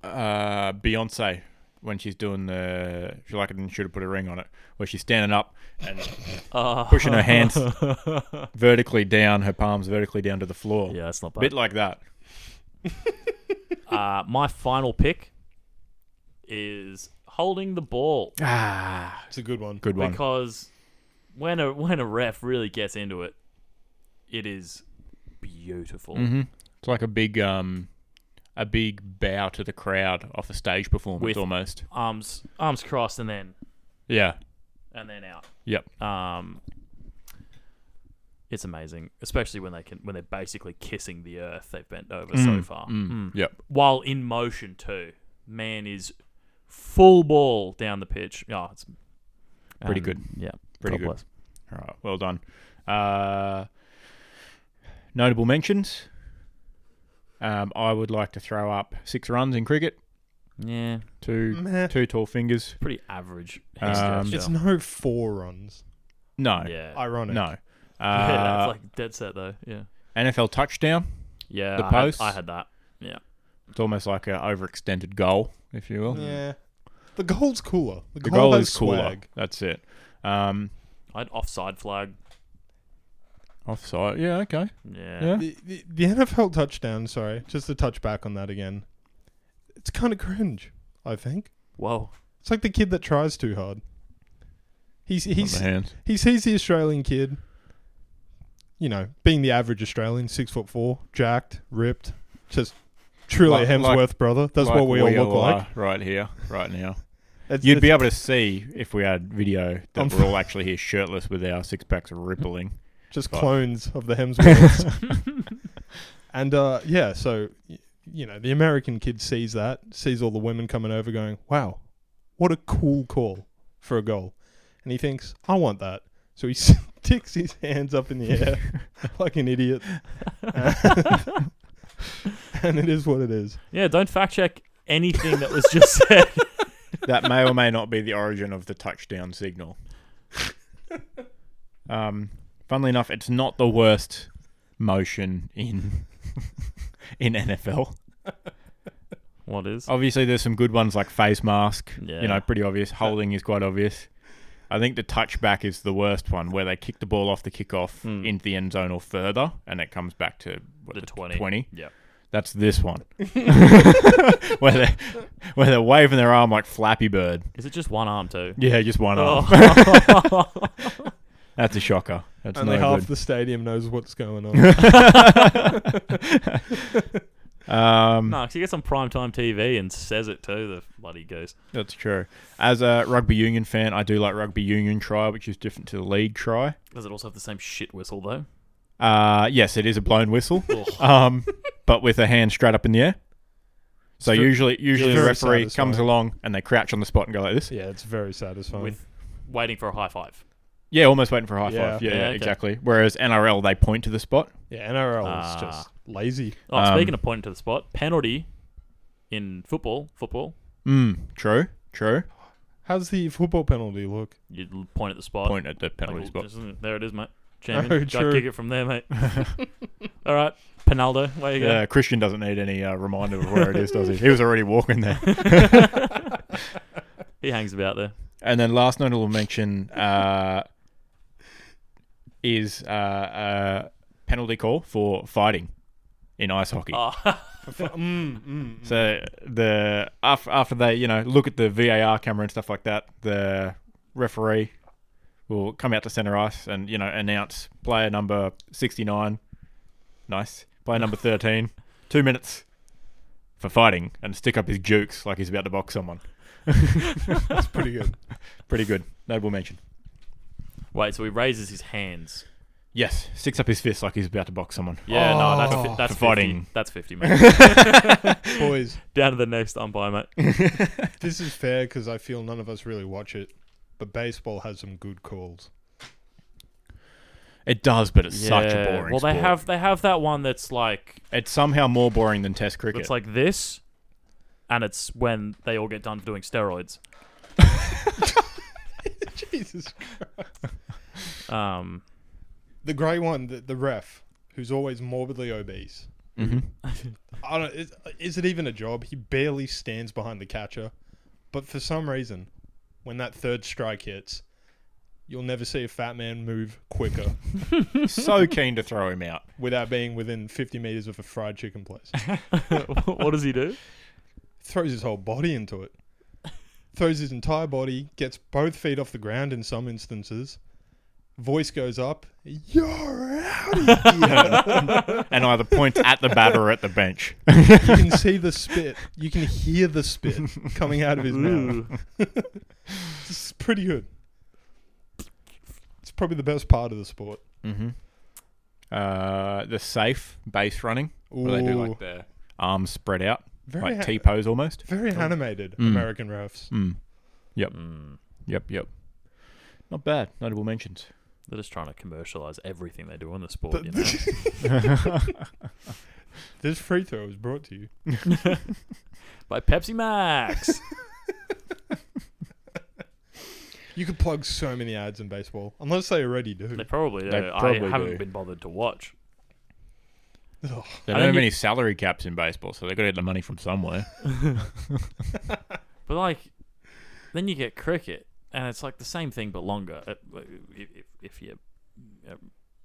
Speaker 4: uh, Beyonce when she's doing the she like it and should have put a ring on it, where she's standing up and
Speaker 1: [LAUGHS] Uh,
Speaker 4: pushing
Speaker 1: [LAUGHS]
Speaker 4: her hands vertically down, her palms vertically down to the floor.
Speaker 1: Yeah, that's not
Speaker 4: A bit
Speaker 1: bad.
Speaker 4: like that.
Speaker 1: Uh, my final pick is holding the ball
Speaker 4: Ah,
Speaker 2: It's a good one.
Speaker 4: good one.
Speaker 1: because when a when a ref really gets into it, it is beautiful.
Speaker 4: hmm It's like a big um, a big bow to the crowd off a stage performance
Speaker 1: With-
Speaker 4: almost.
Speaker 1: Arms arms crossed and then
Speaker 4: Yeah.
Speaker 1: and then out.
Speaker 4: Yep.
Speaker 1: Um, it's amazing, especially when they can when they're basically kissing the earth they've bent over so far.
Speaker 4: Mm.
Speaker 1: Mm.
Speaker 4: Yep.
Speaker 1: While in motion too, man is full ball down the pitch. Oh, it's
Speaker 4: Pretty
Speaker 1: and,
Speaker 4: good.
Speaker 1: Yeah,
Speaker 4: Pretty
Speaker 1: God
Speaker 4: good.
Speaker 1: bless.
Speaker 4: All right, well done. Uh, notable mentions. Um, I would like to throw up six runs in cricket.
Speaker 1: Yeah,
Speaker 4: Two
Speaker 2: Meh.
Speaker 4: two tall fingers.
Speaker 1: pretty average.
Speaker 4: Um,
Speaker 1: Um,
Speaker 2: It's no four runs.
Speaker 4: No,
Speaker 1: yeah,
Speaker 2: Ironic.
Speaker 4: no.
Speaker 2: [LAUGHS]
Speaker 4: Uh,
Speaker 1: yeah, [LAUGHS] that's like dead set though. Yeah,
Speaker 4: NFL touchdown.
Speaker 1: yeah.
Speaker 4: The
Speaker 1: I had-
Speaker 4: posts?
Speaker 1: I had that.
Speaker 4: It's almost like an overextended goal, if you will.
Speaker 2: Yeah. The goal's cooler. The,
Speaker 4: The
Speaker 2: goal,
Speaker 4: goal
Speaker 2: has
Speaker 4: is cooler.
Speaker 2: swag.
Speaker 4: That's it. Um,
Speaker 1: I had offside flag.
Speaker 4: offside. Yeah. Okay.
Speaker 1: Yeah.
Speaker 4: Yeah.
Speaker 2: The, the, the NFL touchdown, sorry, just to touch back on that again. It's kind of cringe, I think.
Speaker 1: Whoa.
Speaker 2: It's like the kid that tries too hard. He's,
Speaker 4: Not
Speaker 2: he's,
Speaker 4: the hands.
Speaker 2: he sees the Australian kid, you know, being the average Australian, six foot four, jacked, ripped, just truly
Speaker 4: Like-
Speaker 2: a Hemsworth brother. That's
Speaker 4: Like
Speaker 2: what we, all look like.
Speaker 4: are right here, right now.
Speaker 2: It's-
Speaker 4: You'd be
Speaker 2: it's-
Speaker 4: able to see if we had video that
Speaker 2: I'm
Speaker 4: we're all actually here shirtless with our
Speaker 2: [LAUGHS]
Speaker 4: six packs rippling.
Speaker 2: just
Speaker 4: Fuck.
Speaker 2: clones of the Hemsworths.
Speaker 4: [LAUGHS]
Speaker 1: [LAUGHS]
Speaker 2: and uh, yeah, so y- you know, the American kid sees that, sees all the women coming over, going, "Wow, what a cool call for a goal," and he thinks, "I want that." So he [LAUGHS] sticks his hands up in the
Speaker 1: [LAUGHS]
Speaker 2: air like an idiot, and and it is what it is.
Speaker 1: Yeah. Don't fact check anything that was just [LAUGHS] said.
Speaker 4: that may or may not be the origin of the touchdown signal. Um, funnily enough, it's not the worst motion in [LAUGHS] in NFL.
Speaker 1: What is?
Speaker 4: Obviously, there's some good ones like face mask. You
Speaker 1: Yeah.
Speaker 4: know, pretty obvious. Holding is quite obvious. I think the touchback is the worst one, where they kick the ball off the kickoff
Speaker 1: Hmm.
Speaker 4: into the end zone or further, and it comes back to what,
Speaker 1: The
Speaker 4: the
Speaker 1: 20.
Speaker 4: 20?
Speaker 1: Yeah.
Speaker 4: That's
Speaker 1: [LAUGHS]
Speaker 4: this one, [LAUGHS] where they where they're waving their arm like Flappy Bird.
Speaker 1: Is it just one arm too?
Speaker 4: Yeah, just one arm.
Speaker 1: Oh. [LAUGHS]
Speaker 4: That's a shocker. That's
Speaker 2: Only
Speaker 4: no
Speaker 2: half the stadium knows what's going
Speaker 4: [LAUGHS]
Speaker 2: on. [LAUGHS]
Speaker 4: good. [LAUGHS] Um,
Speaker 1: no, 'cause you get some primetime TV and says it too. The bloody goose.
Speaker 4: That's true. As a rugby union fan, I do like rugby union try, which is different to the league try.
Speaker 1: Does it also have the same shit whistle though?
Speaker 4: Uh, yes, it is a blown whistle,
Speaker 1: Ugh.
Speaker 4: [LAUGHS] um, but with a hand straight up in the air. So
Speaker 2: It's ve-
Speaker 4: usually, usually the
Speaker 2: very
Speaker 4: referee comes
Speaker 2: satisfying.
Speaker 4: along and they crouch on the spot and go like this.
Speaker 2: yeah, it's very satisfying.
Speaker 1: With waiting for a high five.
Speaker 4: Yeah, almost waiting for a high
Speaker 2: Yeah.
Speaker 4: five. Yeah,
Speaker 1: Yeah,
Speaker 4: yeah,
Speaker 1: okay.
Speaker 4: exactly. Whereas NRL, they point to the spot.
Speaker 2: yeah, NRL
Speaker 1: Ah.
Speaker 2: is just lazy.
Speaker 1: Oh,
Speaker 4: Um,
Speaker 1: speaking of pointing to the spot, penalty in football. Football,
Speaker 4: Mm, true, true.
Speaker 2: How's the football penalty look?
Speaker 1: you l- point at the spot.
Speaker 4: Point at the penalty
Speaker 1: Like, oh,
Speaker 4: spot.
Speaker 1: just- mm, there it is,
Speaker 4: [LAUGHS]
Speaker 1: mate. Champion.
Speaker 2: Oh,
Speaker 1: Got
Speaker 2: true.
Speaker 1: kick it from there, mate. [LAUGHS] All right, Penaldo, where you
Speaker 4: Yeah,
Speaker 1: go?
Speaker 4: Christian doesn't need any uh, reminder of where it is, does he? He was already walking there.
Speaker 1: He hangs about there.
Speaker 4: [LAUGHS] And then last notable mention uh, is uh, a penalty call for fighting in ice hockey.
Speaker 1: Oh,
Speaker 4: So the after, after they you know look at the VAR camera and stuff like that, the referee will come out to center ice and you know announce player number sixty nine, nice player
Speaker 1: [LAUGHS]
Speaker 4: number thirteen, two minutes for fighting and stick up his jukes like he's about to box someone.
Speaker 2: That's pretty good.
Speaker 1: [LAUGHS]
Speaker 4: Pretty good, notable mention.
Speaker 1: [LAUGHS] wait. So he raises his hands.
Speaker 4: Yes, sticks up his fist like he's about to box someone.
Speaker 1: Yeah, no,
Speaker 2: Oh.
Speaker 1: that's fi- that's
Speaker 4: For fighting.
Speaker 1: 50. That's fifty, mate.
Speaker 2: Boys,
Speaker 1: Down to the next umpire, mate.
Speaker 2: this is fair because I feel none of us really watch it, but baseball has some good calls. [LAUGHS]
Speaker 4: It does, but it's such a
Speaker 1: Yeah.
Speaker 4: boring.
Speaker 1: Well, they
Speaker 4: sport.
Speaker 1: have they have that one that's like
Speaker 4: It's somehow more boring than Test cricket.
Speaker 1: that's like this, and it's when they all get done for doing steroids.
Speaker 2: Jesus.
Speaker 1: Um,
Speaker 2: The grey one, the, the ref, who's always morbidly obese.
Speaker 4: Mhm.
Speaker 2: I don't, is, is it even a job? He barely stands behind the catcher, but for some reason, when that third strike hits, you'll never see a fat man move quicker
Speaker 4: so keen to throw him out.
Speaker 2: without being within 50 meters of a fried chicken place.
Speaker 1: [LAUGHS] what does he do?
Speaker 2: throws his whole body into it. throws his entire body, gets both feet off the ground in some instances. Voice goes up, "You're out of here!"
Speaker 4: and
Speaker 2: [LAUGHS]
Speaker 4: either points at the bat or at the bench.
Speaker 2: you can see the spit. You can hear the spit
Speaker 4: [LAUGHS]
Speaker 2: coming out of his mouth.
Speaker 1: Ooh.
Speaker 2: It's pretty good. It's probably the best part of the sport.
Speaker 4: Mm-hmm. Uh, the safe base running, where they do like the arms spread out.
Speaker 5: Very,
Speaker 4: like
Speaker 5: ha-
Speaker 4: T pose almost.
Speaker 5: very animated
Speaker 4: Mm.
Speaker 5: American refs.
Speaker 4: Mm. Yep.
Speaker 1: Mm.
Speaker 4: Yep. Yep. Not bad.
Speaker 2: [LAUGHS]
Speaker 4: Notable mentions.
Speaker 1: They're just trying to commercialize everything they do in the
Speaker 5: But
Speaker 1: sport. You know?
Speaker 5: this free throw is brought to you.
Speaker 4: [LAUGHS]
Speaker 1: [LAUGHS] By Pepsi Max.
Speaker 5: You could plug so many ads in baseball, unless they already do.
Speaker 1: they probably do.
Speaker 4: They probably
Speaker 1: I haven't
Speaker 4: do.
Speaker 1: been bothered to watch.
Speaker 5: Ugh.
Speaker 4: They
Speaker 1: I
Speaker 4: don't have
Speaker 1: think
Speaker 4: any salary caps in baseball, so they got to get the money from somewhere.
Speaker 1: But like, then you get cricket, and it's like the same thing but longer. uh, If, if, if you're, uh,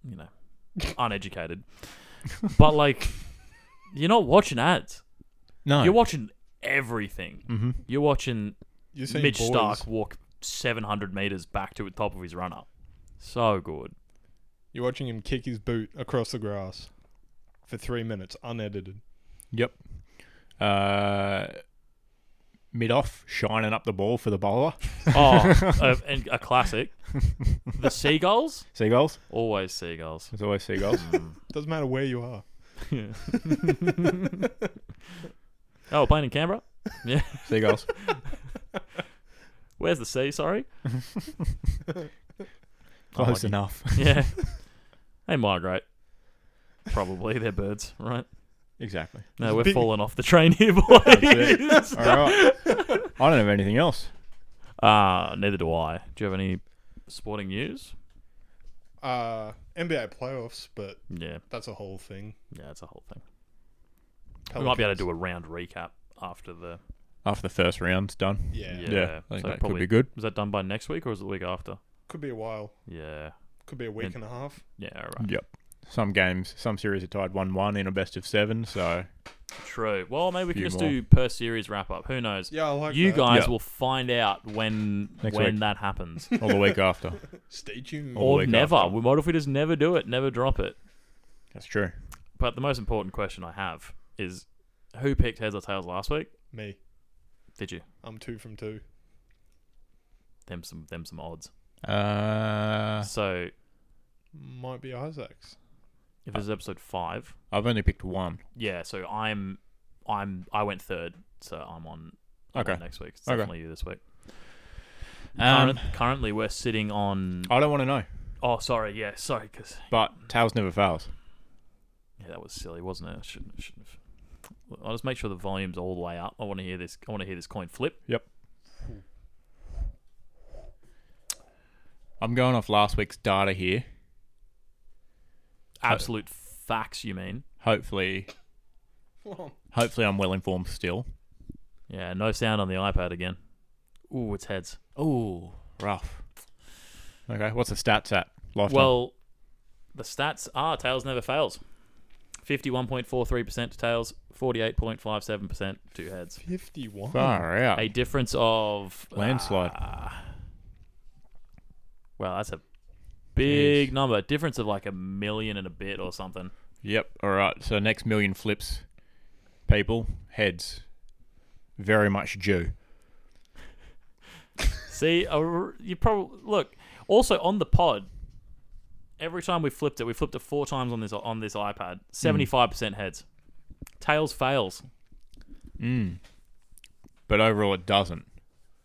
Speaker 1: you know, uneducated, but like, you're not watching ads.
Speaker 4: No.
Speaker 1: You're watching everything.
Speaker 4: mm-hmm.
Speaker 1: You're watching
Speaker 5: You're seeing
Speaker 1: Mitch
Speaker 5: boys.
Speaker 1: Stark walk 700 meters back to the top of his run up. So
Speaker 5: [LAUGHS]
Speaker 1: good.
Speaker 5: You're watching him kick his boot across the grass for three minutes, unedited.
Speaker 4: Yep. Uh, mid off, shining up the ball for the bowler.
Speaker 1: Oh, a, and a classic. The seagulls.
Speaker 4: Seagulls.
Speaker 5: [LAUGHS]
Speaker 1: Always seagulls. Hmm.
Speaker 4: There's always seagulls.
Speaker 2: [LAUGHS]
Speaker 5: Doesn't matter where you are.
Speaker 1: Oh, playing in Canberra.
Speaker 4: seagulls.
Speaker 1: Where's the sea? Sorry.
Speaker 4: Close Oh,
Speaker 1: Unlucky.
Speaker 4: enough. [LAUGHS]
Speaker 1: Yeah. they migrate. Probably. They're birds, right? [LAUGHS]
Speaker 4: Exactly.
Speaker 1: No,
Speaker 5: It's
Speaker 1: we're
Speaker 5: big-
Speaker 1: falling off the train here, [LAUGHS]
Speaker 4: [LAUGHS]
Speaker 1: boys. [LAUGHS]
Speaker 4: All right. I don't have anything else.
Speaker 1: Ah, neither do I. Do you have any sporting news?
Speaker 5: Uh, NBA playoffs, but
Speaker 1: Yeah.
Speaker 5: that's a whole thing.
Speaker 1: Yeah, it's a whole thing. We might be able to do a round recap after the.
Speaker 4: After the first round's done.
Speaker 5: Yeah.
Speaker 1: Yeah.
Speaker 4: Yeah. I think
Speaker 1: So
Speaker 4: that could
Speaker 1: probably-
Speaker 4: be good.
Speaker 1: Is that done by next week or is it the week after?
Speaker 5: Could be a while.
Speaker 1: Yeah.
Speaker 5: Could be a week
Speaker 1: And-
Speaker 5: and a half.
Speaker 1: Yeah, all right.
Speaker 4: Yep. Some games, some series are tied 1 1 in a best of seven, so.
Speaker 1: True. Well, maybe we can
Speaker 4: Few
Speaker 1: just
Speaker 4: more.
Speaker 1: do per series wrap up. Who knows?
Speaker 5: Yeah, I like
Speaker 1: you
Speaker 5: that.
Speaker 1: guys
Speaker 4: Yeah.
Speaker 1: will find out when
Speaker 4: Next
Speaker 1: when
Speaker 4: week.
Speaker 1: that
Speaker 4: [LAUGHS]
Speaker 1: happens.
Speaker 4: Or the
Speaker 1: [LAUGHS]
Speaker 4: week after.
Speaker 5: Stay tuned.
Speaker 4: Or-
Speaker 1: or
Speaker 4: week
Speaker 1: never.
Speaker 4: after.
Speaker 1: What if we just never do it? Never drop it.
Speaker 4: That's true.
Speaker 1: But the most important question I have is who picked heads or tails last week?
Speaker 5: Me.
Speaker 1: Did you?
Speaker 5: I'm two from two.
Speaker 1: Them some them some odds.
Speaker 4: Uh,
Speaker 1: So
Speaker 5: Might be Isaac's.
Speaker 1: if this is episode five,
Speaker 4: I've only picked one.
Speaker 1: yeah. So I'm I'm I went third, so I'm on. I'm
Speaker 4: Okay.
Speaker 1: on next week. It's
Speaker 4: Okay.
Speaker 1: definitely you this week.
Speaker 4: Um,
Speaker 1: Current, currently, we're sitting on.
Speaker 4: I don't want to know,
Speaker 1: Oh, sorry. Yeah, sorry. Because
Speaker 4: but Tails never fails.
Speaker 1: yeah, that was silly, wasn't it? I shouldn't, I shouldn't have. I'll just make sure the volume's all the way up. I want to hear this. I want to hear this coin flip.
Speaker 4: I'm going off last week's data here.
Speaker 1: Absolute facts, you mean?
Speaker 4: Hopefully, hopefully I'm well informed still.
Speaker 1: Yeah. No sound on the iPad again. Ooh, it's heads.
Speaker 4: Ooh, rough. Okay, what's the stats at? Lifetime.
Speaker 1: Well, the stats are Tails never fails. 51.43% to Tails, 48.57% to Heads.
Speaker 5: 51.
Speaker 4: far out.
Speaker 1: A difference of.
Speaker 4: Landslide.
Speaker 1: ah. well, that's a big
Speaker 4: Jeez.
Speaker 1: number. Difference of like a million and a bit or something.
Speaker 4: Yep. All right. So next million flips, people heads, very much due.
Speaker 1: See, a r- you probably. Look, also on the pod. Every time we flipped it, we flipped it four times on this on this iPad. Seventy-five percent heads, tails fails.
Speaker 4: Mm. But overall, it doesn't.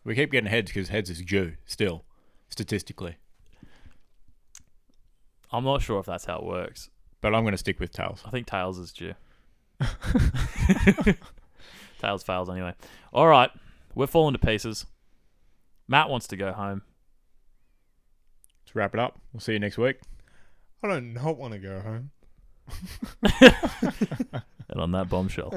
Speaker 4: We keep getting heads because heads is due still, statistically.
Speaker 1: I'm not sure if that's how it works.
Speaker 4: But I'm going to stick with tails.
Speaker 1: I think Tails is due. [LAUGHS] Tails fails anyway. All right, we're falling to pieces. Matt wants to go home.
Speaker 4: Let's wrap it up. We'll see you next week.
Speaker 5: I don't not want to go home.
Speaker 1: And on that bombshell.